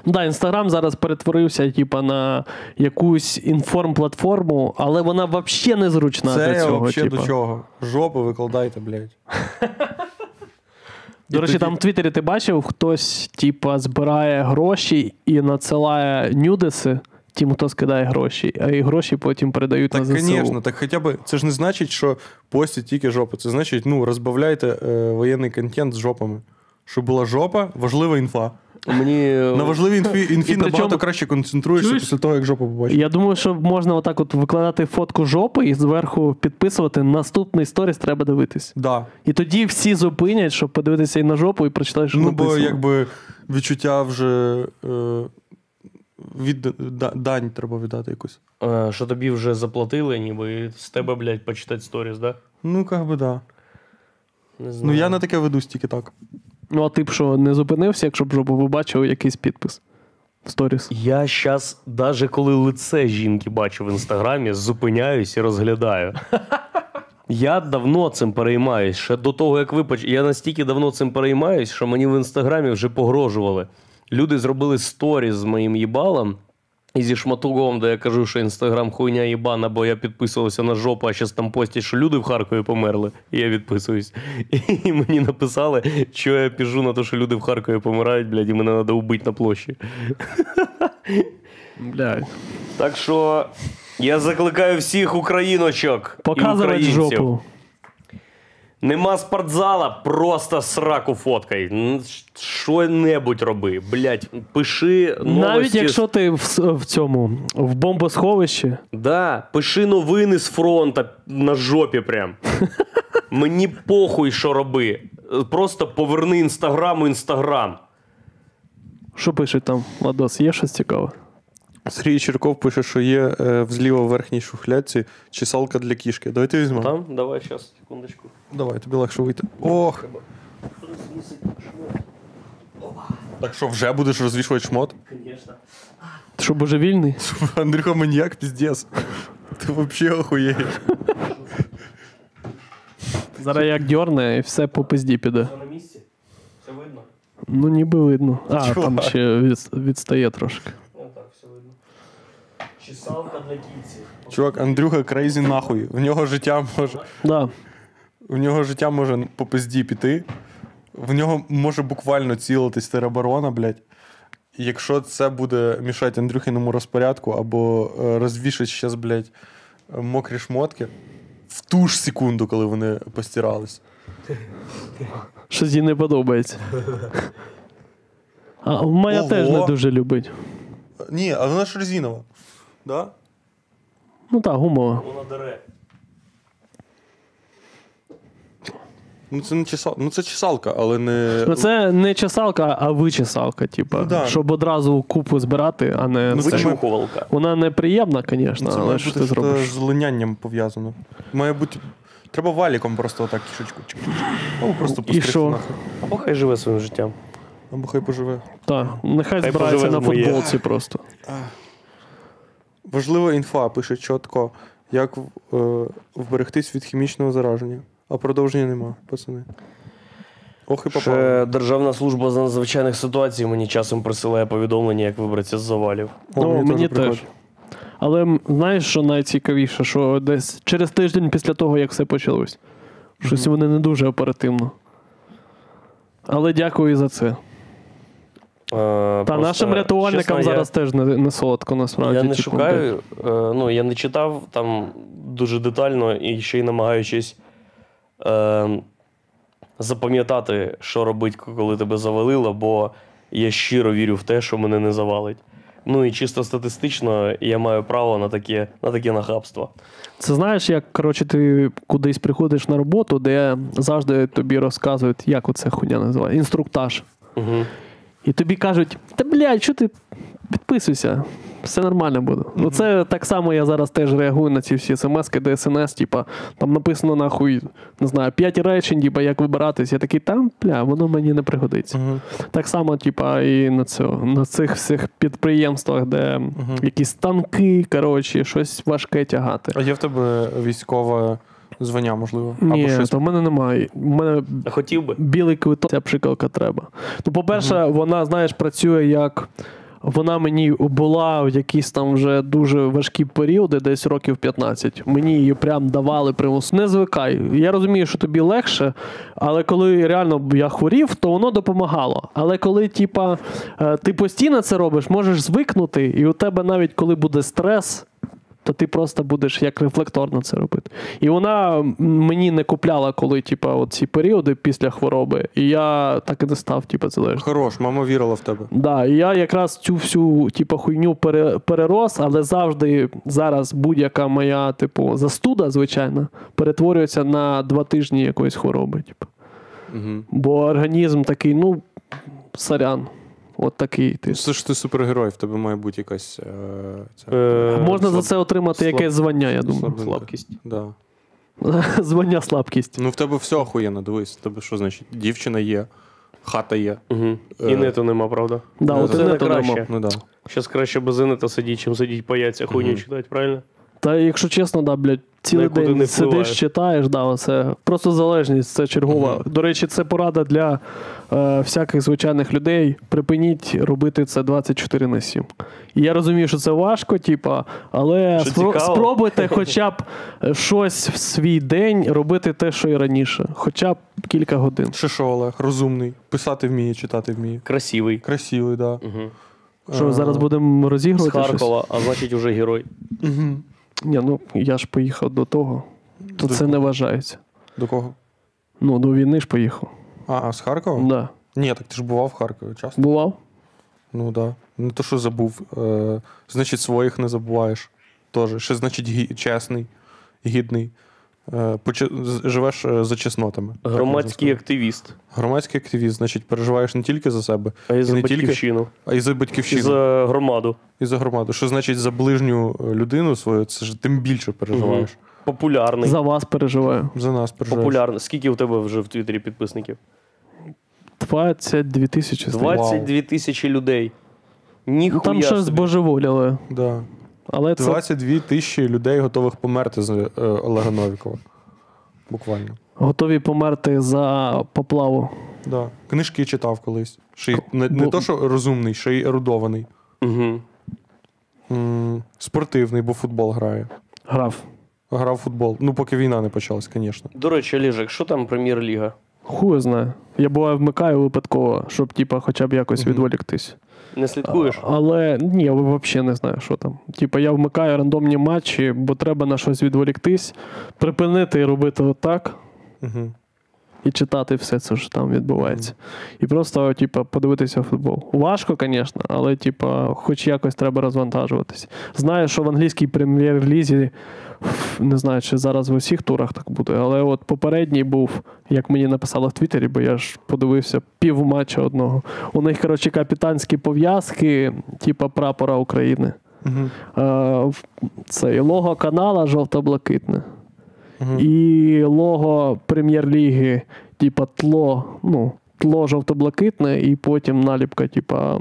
S2: Да, Інстаграм зараз перетворився, типа, на якусь інформ-платформу, але вона взагалі незручна
S1: Це
S2: для цього.
S1: взагалі
S2: Типа.
S1: до чого? Жопи викладайте, блядь.
S2: До
S1: І
S2: речі,
S1: тоді-
S2: там в Твіттері ти бачив, хтось, типа, збирає гроші і надсилає нюдеси тим, хто скидає гроші, а і гроші потім передають
S1: Так,
S2: на ЗСУ.
S1: звісно, так хоча б це ж не значить, що постять тільки жопи. Це значить, ну, розбавляйте е, воєнний контент з жопами. Щоб була жопа, важлива інфа.
S3: Мені.
S1: На важливій інфі, інфі
S2: І при
S1: набагато
S2: чому-
S1: краще концентруєшся
S2: Чуєш?
S1: після того, як жопу побачиш.
S2: Я думаю, що можна отак от викладати фотку жопи і зверху підписувати наступний сторіс, треба дивитись.
S1: Да.
S2: І тоді всі зупинять, щоб подивитися і на жопу, і прочитати, що
S1: Ну, бо
S2: написано.
S1: якби відчуття вже е, від, да, дань треба віддати якусь.
S3: Е, Що тобі вже заплатили, ніби і з тебе, блядь, почитати сторіс, да?
S1: Ну, как би да.
S3: Не знаю.
S1: Ну я на таке ведусь тільки так.
S2: Ну, а ти б що не зупинився, якщо б жопу побачив якийсь підпис в сторіс.
S3: Я щас, даже коли лице жінки бачу в інстаграмі, зупиняюсь і розглядаю. Я давно цим переймаюсь. Ще до того, як ви поч... Я настільки давно цим переймаюсь, що мені в інстаграмі вже погрожували. Люди зробили сторі з моїм їбалом і зі шматугом, де я кажу, що інстаграм хуйня їбана, бо я підписувався на жопу, а зараз там постять, що люди в Харкові померли. І я відписуюсь. І мені написали, що я піжу на те, що люди в Харкові помирають, блядь, і мене треба вбити на площі.
S2: Блядь.
S3: Так що я закликаю всіх україночок. і
S2: Показувати
S3: українців.
S2: жопу.
S3: Нема спортзала, просто сраку фоткай. Н- Що-небудь роби. Блять, пиши новості.
S2: Навіть якщо ти в, с- в цьому в бомбосховищі,
S3: Да, пиши новини з фронта на жопі прям. Мені похуй, що роби. Просто поверни інстаграму інстаграм.
S2: що пишуть там, Ладос, є щось цікаве?
S1: Сергій Черков пише, що є е, в зліво верхній шухляці чесалка для кішки. Давайте візьмемо.
S3: Там, давай, зараз, секундочку.
S1: Давай, тобі легше вийти. Ох. Так що вже будеш розвішувати шмот?
S3: Звісно.
S2: Ти що божевільний?
S1: Андрюха маньяк, піздец. Ти взагалі охуєєш.
S2: Зараз як дьорне і все по пизді піде.
S3: на місці? Все видно?
S2: Ну, ніби видно. А, там
S1: Чувак.
S2: ще від, відстає трошки.
S3: так, все видно. Чесалка для кінців.
S1: Чувак, Андрюха крейзі нахуй. В нього життя може.
S2: Да.
S1: В нього життя може по пизді піти. В нього може буквально цілитись тероборона, блядь. І Якщо це буде мішати Андрюхиному розпорядку або е, розвішать щас, блядь, е, мокрі шмотки в ту ж секунду, коли вони постирались.
S2: Щось їй не подобається. А моя
S1: Ого.
S2: теж не дуже любить.
S1: Е, Ні, а вона ж резинова. Да?
S2: Ну так, гумова.
S3: Вона дере.
S1: Ну це не чесалка. Ну це чесалка, але не.
S2: Ну це не чесалка, а вичесалка, типу.
S1: Ну, да.
S2: Щоб одразу купу збирати, а не
S1: Ну, це
S2: це.
S1: ми-
S3: Вичухувалка.
S2: Вона неприємна,
S1: Ну,
S2: звісно,
S1: це
S2: але
S1: має
S2: що
S1: бути
S2: ти зробиш?
S1: з линянням пов'язано. Має бути. Треба валіком просто отак кішечку. чик, чик, чик. Або просто
S2: І
S1: постригти
S2: що?
S1: нахуй.
S3: Або хай живе своїм життям.
S1: Або хай поживе.
S2: Так, нехай
S3: Хай
S2: збирається
S3: поживе
S2: на
S3: з моєю.
S2: футболці просто.
S1: Важлива інфа пише чітко, як е, вберегтись від хімічного зараження. А продовження нема, пацани. Ох і попали.
S3: Ще Державна служба з надзвичайних ситуацій мені часом присилає повідомлення, як вибратися з завалів. Е,
S1: О,
S2: Ну, мені теж.
S1: приходить.
S2: Але м, знаєш, що найцікавіше, що десь через тиждень після того, як все почалось. Щось вони не дуже оперативно. Але дякую за це.
S3: Е,
S2: Та нашим рятувальникам зараз теж не, не солодко, насправді.
S3: Я не
S2: типу,
S3: шукаю, е, ну я не читав там дуже детально і ще й намагаючись е, запам'ятати, що робить, коли тебе завалило, бо я щиро вірю в те, що мене не завалить. Ну і чисто статистично я маю право на таке, на таке нахабство.
S2: Це знаєш, як коротше, ти кудись приходиш на роботу, де завжди тобі розказують, як оце хуйня називає, інструктаж.
S3: Угу.
S2: І тобі кажуть, та блядь, що ти підписуйся, все нормально буде. Ну це так само я зараз теж реагую на ці всі смски, ДСНС, типа, там написано нахуй, не знаю, п'ять речень, типа, як вибиратись. Я такий, там, бля, воно мені не пригодиться.
S1: Мгм.
S2: Так само, типа, і на, цього, на цих всіх підприємствах, де якісь танки, коротше, щось важке тягати.
S1: А є в тебе військове звання, можливо?
S2: Ні,
S1: Або щось.
S2: то в мене немає. У мене
S3: А хотів би.
S2: білий квиток, ця пшикалка треба. Ну, по-перше, вона, знаєш, працює як. Вона мені була в якісь там вже дуже важкі періоди, десь років 15. Мені її прям давали примус. Не звикай. Я розумію, що тобі легше, але коли реально я хворів, то воно допомагало. Але коли, типа, е, ти постійно це робиш, можеш звикнути, і у тебе навіть коли буде стрес, то ти просто будеш як рефлекторно це робити. І вона м, мені не купляла, коли типа, оці періоди після хвороби, і я так і не став, типа, залежним.
S1: Хорош, мама вірила в тебе.
S2: Да, і я якраз цю всю типу, хуйню пере, перерос, але завжди зараз будь-яка моя, типу, застуда, звичайно, перетворюється на два тижні якоїсь хвороби. Типу.
S1: Угу.
S2: Бо організм такий, ну, сорян. От такий ти.
S1: Це ж ти супергерой, в тебе має бути якась. Е, ця...
S3: Е,
S2: Можна за це отримати
S1: слаб-
S2: якесь звання, я думаю.
S1: слабинка.
S3: слабкість.
S1: Да.
S2: Звання слабкість.
S1: Ну в тебе все охуєнно, дивись. В тебе що значить? Дівчина є, хата є.
S3: Угу.
S1: Е,
S3: І нету нема, правда?
S2: Да,
S1: Ну,
S2: от
S1: це
S2: і не то
S3: найкраще.
S2: нема.
S1: Ну да.
S3: Щас краще без інета сидіть, чим сидіть паяця, хуйню читати, правильно?
S2: Та якщо чесно, да, блядь, цілий
S3: Нікуди
S2: день
S3: не
S2: сидиш,
S3: впливаєш.
S2: читаєш, да, оце просто залежність, це чергова. До речі, це порада для е, всяких звичайних людей. Припиніть робити це 24 на 7. І я розумію, що це важко, типа, але
S3: Що
S2: спро-
S3: цікаво.
S2: спробуйте хоча б е, щось в свій день робити те, що і раніше, хоча б кілька годин.
S1: Ще що, Олег, розумний, писати вміє, читати вміє.
S3: Красивий.
S1: Красивий, да.
S3: Угу.
S2: Що зараз будемо
S3: З
S2: розігрувати? щось?
S3: Харкова, а значить уже герой.
S1: Угу.
S2: Ні, ну я ж поїхав до того, то це не вважається.
S1: До кого?
S2: Ну, до війни ж поїхав.
S1: А, а з Харкова?
S2: Да.
S1: Ні, так ти ж бував в Харкові часто.
S2: Бував?
S1: Ну да. Не то, що забув. Е, значить, своїх не забуваєш. Тоже. Ще значить гі- чесний, гідний. Е, поче- з- Живеш е, за чеснотами. так
S3: Громадський
S1: можна сказати.
S3: активіст.
S1: Громадський активіст, значить, переживаєш не тільки за себе,
S3: А і
S1: І
S3: за
S1: не тільки.
S3: батьківщину,
S1: а й за
S3: і
S1: батьківщину,
S3: за громаду.
S1: і за громаду. Що значить за ближню е, людину свою, це ж тим більше переживаєш.
S3: Популярний.
S2: За вас переживаю.
S1: За нас переживаєш.
S3: Популярний. Скільки у тебе вже в Твіттері підписників?
S2: 22 тисячі. здається.
S3: 22 тисячі людей. Ніхуя
S2: Ну, Там щось
S3: собі.
S2: збожеволіли.
S1: Да.
S2: Але це
S1: 22 тисячі людей готових померти з е, Олега Новікова. Буквально.
S2: готові померти за поплаву.
S1: Да. Книжки читав колись. Ще й, не, не
S2: Бо-
S1: то, що розумний, ще й ерудований.
S3: Мгм.
S1: М, спортивний, бо футбол грає.
S2: Граф.
S1: Грав в футбол. Ну, поки війна не почалась, звісно.
S3: До речі, Оліжик, що там прем'єр-ліга?
S2: Хуй знає. Я буває вмикаю випадково, щоб типа, хоча б якось відволіктись.
S3: Не слідкуєш?
S2: Але ні, я взагалі не знаю, що там. Типа, я вмикаю рандомні матчі, бо треба на щось відволіктись, припинити і робити отак.
S1: Угу.
S2: і читати все це, що там відбувається. І просто, типа, подивитися футбол. Важко, звісно, але типа, хоч якось треба розвантажуватися. Знаю, що в англійській прем'єр-лізі ф, не знаю, чи зараз в усіх турах так буде, але от попередній був, як мені написали в Твіттері, бо я ж подивився пів матча одного. У них, коротше, капітанські пов'язки, типа прапора України.
S1: Мгм.
S2: Е, в- Це і лого канала жовто-блакитне. І лого прем'єр-ліги, типа тло, ну, тло жовто-блакитне, і потім наліпка, типа е,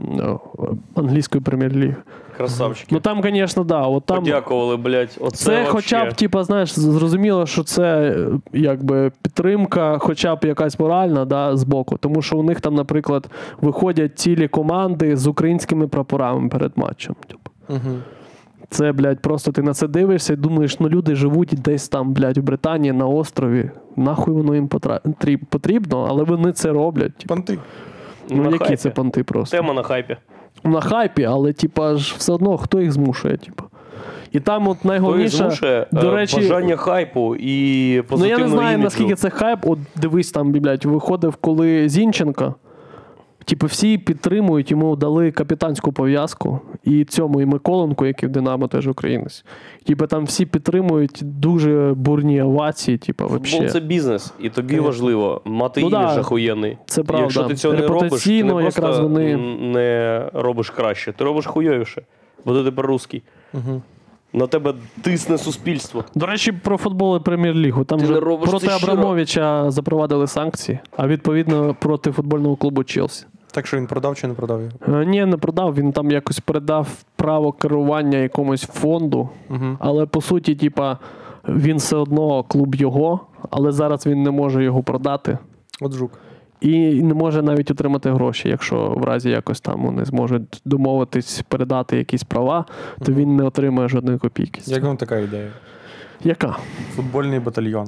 S2: англійської прем'єр-ліги.
S3: Красавчики.
S2: Ну там, звісно, да, от там.
S3: Подякували, блядь. Оце
S2: Це, хоча б,
S3: вообще.
S2: типа, знаєш, зрозуміло, що це е, якби підтримка, хоча б якась моральна, да, з боку. Тому що у них там, наприклад, виходять цілі команди з українськими прапорами перед матчем. Типу. Це, блядь, просто ти на це дивишся і думаєш, ну люди живуть десь там, блядь, в Британії, на острові. Нахуй воно їм потра- трі- потрібно, але вони це роблять. типу.
S1: Панти.
S2: Ну,
S3: На
S2: які
S3: хайпі.
S2: це понти просто
S3: Тема на хайпі.
S2: на хайпі, але типа ж все одно хто їх змушує, типу. І там от
S3: То і
S2: найголовніше,
S3: змушує е,
S2: до речі,
S3: бажання хайпу і
S2: ну
S3: позитивного
S2: я не знаю,
S3: іміджу.
S2: наскільки це хайп. От дивись там, блядь, виходив, коли Зінченка. Типу, всі підтримують, йому дали капітанську пов'язку і цьому, і Миколенку, який в Динамо теж українець. Типу, там всі підтримують дуже бурні овації, типу,
S3: Футбол
S2: вообще.
S3: це бізнес, і тобі важливо мати
S2: Ну да,
S3: імідж охуєнний.
S2: це правда.
S3: Якщо ти цього не робиш, ти не
S2: Репутаційно
S3: просто
S2: якраз вони-
S3: м, не робиш краще, ти робиш хуйовіше, бо ти тепер русський. На тебе тисне суспільство.
S2: До речі, про футбол і прем'єр-лігу. Там
S3: Ти
S2: же
S3: не робиш
S2: проти
S3: це щиро.
S2: Абрамовича запровадили санкції, а відповідно проти футбольного клубу Челсі.
S1: Так що він продав чи не продав його?
S2: Е, Ні, не продав. Він там якось передав право керування якомусь фонду. Але по суті, типа, він все одно клуб його, але зараз він не може його продати.
S1: От жук.
S2: І не може навіть отримати гроші, якщо в разі якось там вони зможуть домовитись передати якісь права, то він не отримає жодної копійки. з
S1: Як
S2: цього.
S1: вам така ідея?
S2: Яка?
S1: Футбольний батальйон.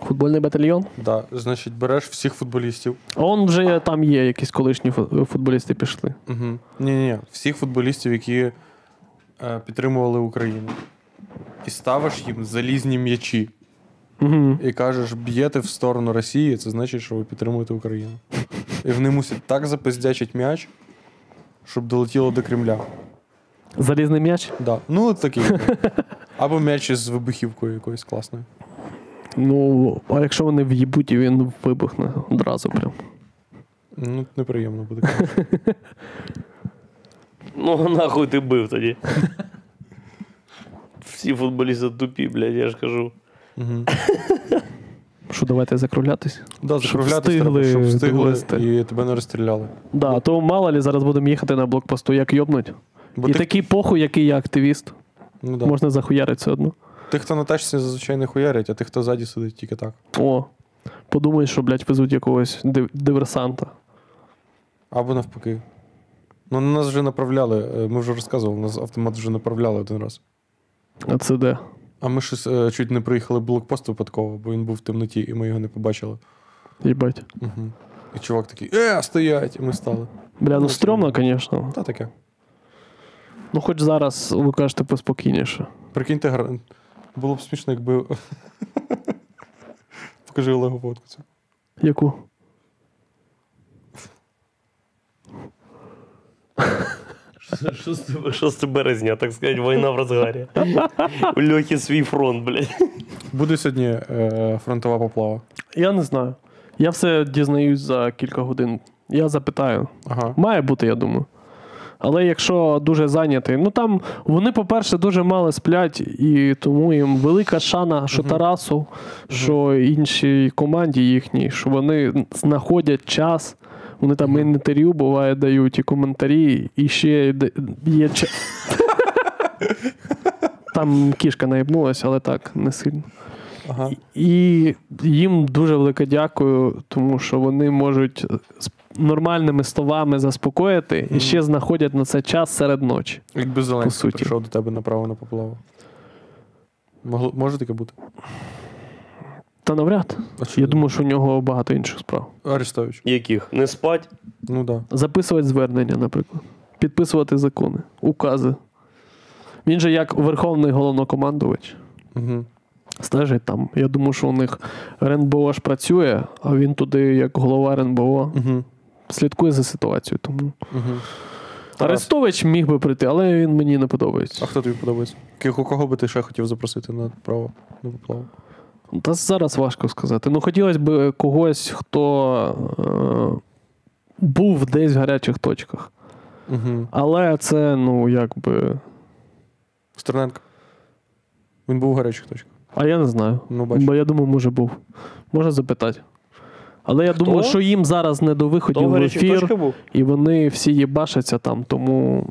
S2: Футбольний батальйон?
S1: Да. Значить, береш всіх футболістів.
S2: А он вже є- там є, якісь колишні фу- футболісти пішли.
S1: Угу. Ні, ні, ні. Всіх футболістів, які е, підтримували Україну. І ставиш їм залізні м'ячі.
S2: Угу.
S1: І кажеш, б'єте в сторону Росії, це значить, що ви підтримуєте Україну. І вони мусять так запиздячить м'яч, щоб долетіло до Кремля.
S2: Залізний м'яч?
S1: Да. Ну, от такий. Або м'яч із вибухівкою якоюсь класною.
S2: Ну, а якщо вони в'їбуть, і він вибухне одразу прям.
S1: Ну, неприємно буде. конечно.
S3: Ну, нахуй ти бив тоді. Всі футболісти тупі, блядь, я ж кажу.
S1: Мгм.
S2: Що давайте закруглятись?
S1: Да,
S2: Щоб
S1: закруглятись треба, щоб
S2: встигли
S1: встигли
S2: довести.
S1: і тебе не розстріляли.
S2: Да, то мало лі зараз будемо їхати на блокпосту, як йобнуть.
S1: Бо
S2: і
S1: ти,
S2: такий похуй, який я активіст.
S1: ну, да.
S2: Можна захуярити все одно.
S1: Тих, хто на тачці, зазвичай не хуярять, а тих, хто ззаді сидить, тільки так.
S2: О, подумаєш, що, блядь, везуть якогось див- диверсанта.
S1: Або навпаки. Ну, на нас вже направляли, е, ми вже розказували, нас автомат вже направляли один раз.
S2: А це де?
S1: А ми щось е, чуть не приїхали в блокпост випадково, бо він був в темноті, і ми його не побачили.
S2: Їбать.
S1: Угу. І чувак такий: Е, стоять! І ми стали.
S2: Бля, ну стрьомно, звісно.
S1: Та таке.
S2: Ну хоч зараз ви кажете поспокійніше.
S1: Прикиньте, гра- було б смішно, якби. Покажи Олегу фотку цю.
S2: Яку?
S3: Шосте- 6 березня, так сказати, війна в розгарі. У Льохи свій фронт, блядь.
S1: Буде сьогодні е, фронтова поплава.
S2: Я не знаю. Я все дізнаюсь за кілька годин. Я запитаю.
S1: Ага.
S2: Має бути, я думаю. Але якщо дуже зайнятий, ну там вони, по-перше, дуже мало сплять, і тому їм велика шана, що Тарасу, що іншій команді їхній, що вони знаходять час. Вони там інтерв'ю буває дають і коментарі, і ще й д- є ча... Там кішка наїбнулася, але так, не сильно.
S1: ага.
S2: І їм дуже велике дякую, тому що вони можуть з нормальними словами заспокоїти і ще знаходять на це час серед ночі.
S1: Якби
S2: По
S1: Зеленський
S2: суті.
S1: прийшов до тебе направо на поплаву. Могло, може таке бути?
S2: Та навряд.
S1: А що
S2: Я
S1: ти?
S2: думаю, що у нього багато інших справ.
S1: Арестович.
S3: Яких? Не спать?
S1: Ну так. Да.
S2: Записувати звернення, наприклад, підписувати закони, укази. Він же як верховний головнокомандувач.
S1: Угу.
S2: стежить там. Я думаю, що у них РНБО ж працює, а він туди, як голова РНБО,
S1: Угу.
S2: слідкує за ситуацією. Тому
S1: Угу.
S2: Арестович міг би прийти, але він мені не подобається.
S1: А хто тобі подобається? Кого, кого би ти ще хотів запросити на право на поплаву?
S2: Та зараз важко сказати. Ну, хотілося б когось, хто е, був десь в гарячих точках.
S1: Угу.
S2: Але це, ну, якби.
S1: Стерненко. Він був у гарячих точках.
S2: А я не знаю.
S1: Ну, бачиш.
S2: Бо я думаю, може був. Можна запитати. Але я
S3: Хто?
S2: думаю, що їм зараз не до виходів в ефір,
S3: був?
S2: і вони всі їбашаться там, тому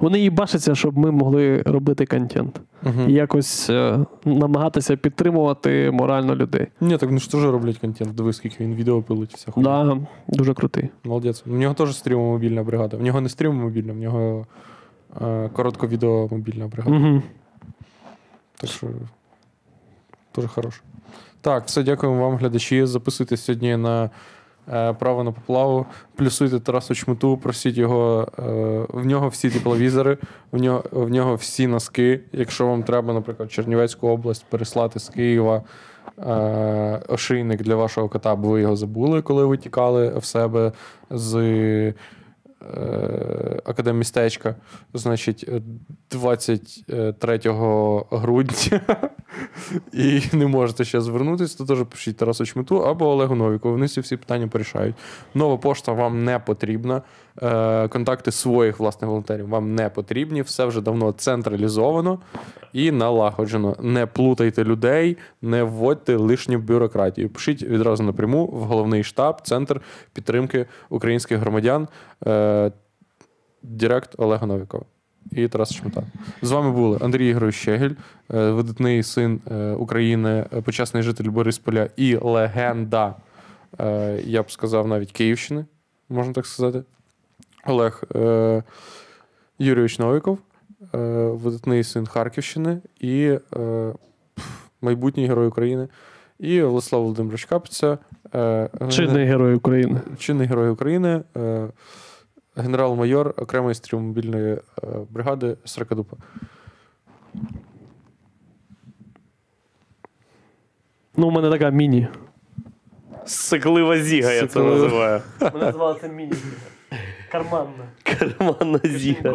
S2: вони їбашаться, щоб ми могли робити контент.
S1: Угу.
S2: І якось е, намагатися підтримувати морально людей.
S1: Ні, так ну ж теж роблять контент. Диви, скільки він відео пилить, вся хуйня.
S2: Да, дуже крутий.
S1: Молодець. У нього теж стрімомобільна бригада. В нього не стрімомобільна, в нього е, коротковідеомобільна бригада.
S2: Угу.
S1: Так що дуже хорош. Так, все, дякуємо вам, глядачі. Записуйтесь сьогодні на е, право на поплаву. Плюсуйте Тарасу Чмуту, просіть його. Е, в нього всі тепловізори, в нього, в нього всі носки. Якщо вам треба, наприклад, Чернівецьку область переслати з Києва. е, Ошийник для вашого кота, бо ви його забули, коли ви тікали в себе з е, академістечка. Значить, е, 23 грудня і не можете ще звернутися, то теж пишіть Тарасу Чмиту або Олегу Новіку. Вони всі всі питання порішають. Нова пошта вам не потрібна. Е, контакти своїх власних волонтерів вам не потрібні. Все вже давно централізовано і налагоджено. Не плутайте людей, не вводьте лишню бюрократію. Пишіть відразу напряму в головний штаб, центр підтримки українських громадян. Е, Директ Олега Новікова і Тараса Шмита. З вами були Андрій Ігорович Щегель, е, видатний син е, України, е, почесний житель Борисполя і легенда, е, я б сказав, навіть Київщини, можна так сказати. Олег е, Юрійович Новіков, е, видатний син Харківщини і е, пф, майбутній герой України. І Владислав Володимирович Капця, е,
S2: Чинний герой України.
S1: чинний герой України, е, генерал-майор окремої стрімобільної е, бригади Сракадупа.
S2: Ну, у мене така міні.
S3: Сиклива зіга, я це
S1: Сиклива.
S3: називаю.
S2: Мене звали це міні. Карманна.
S3: Карманна зіга.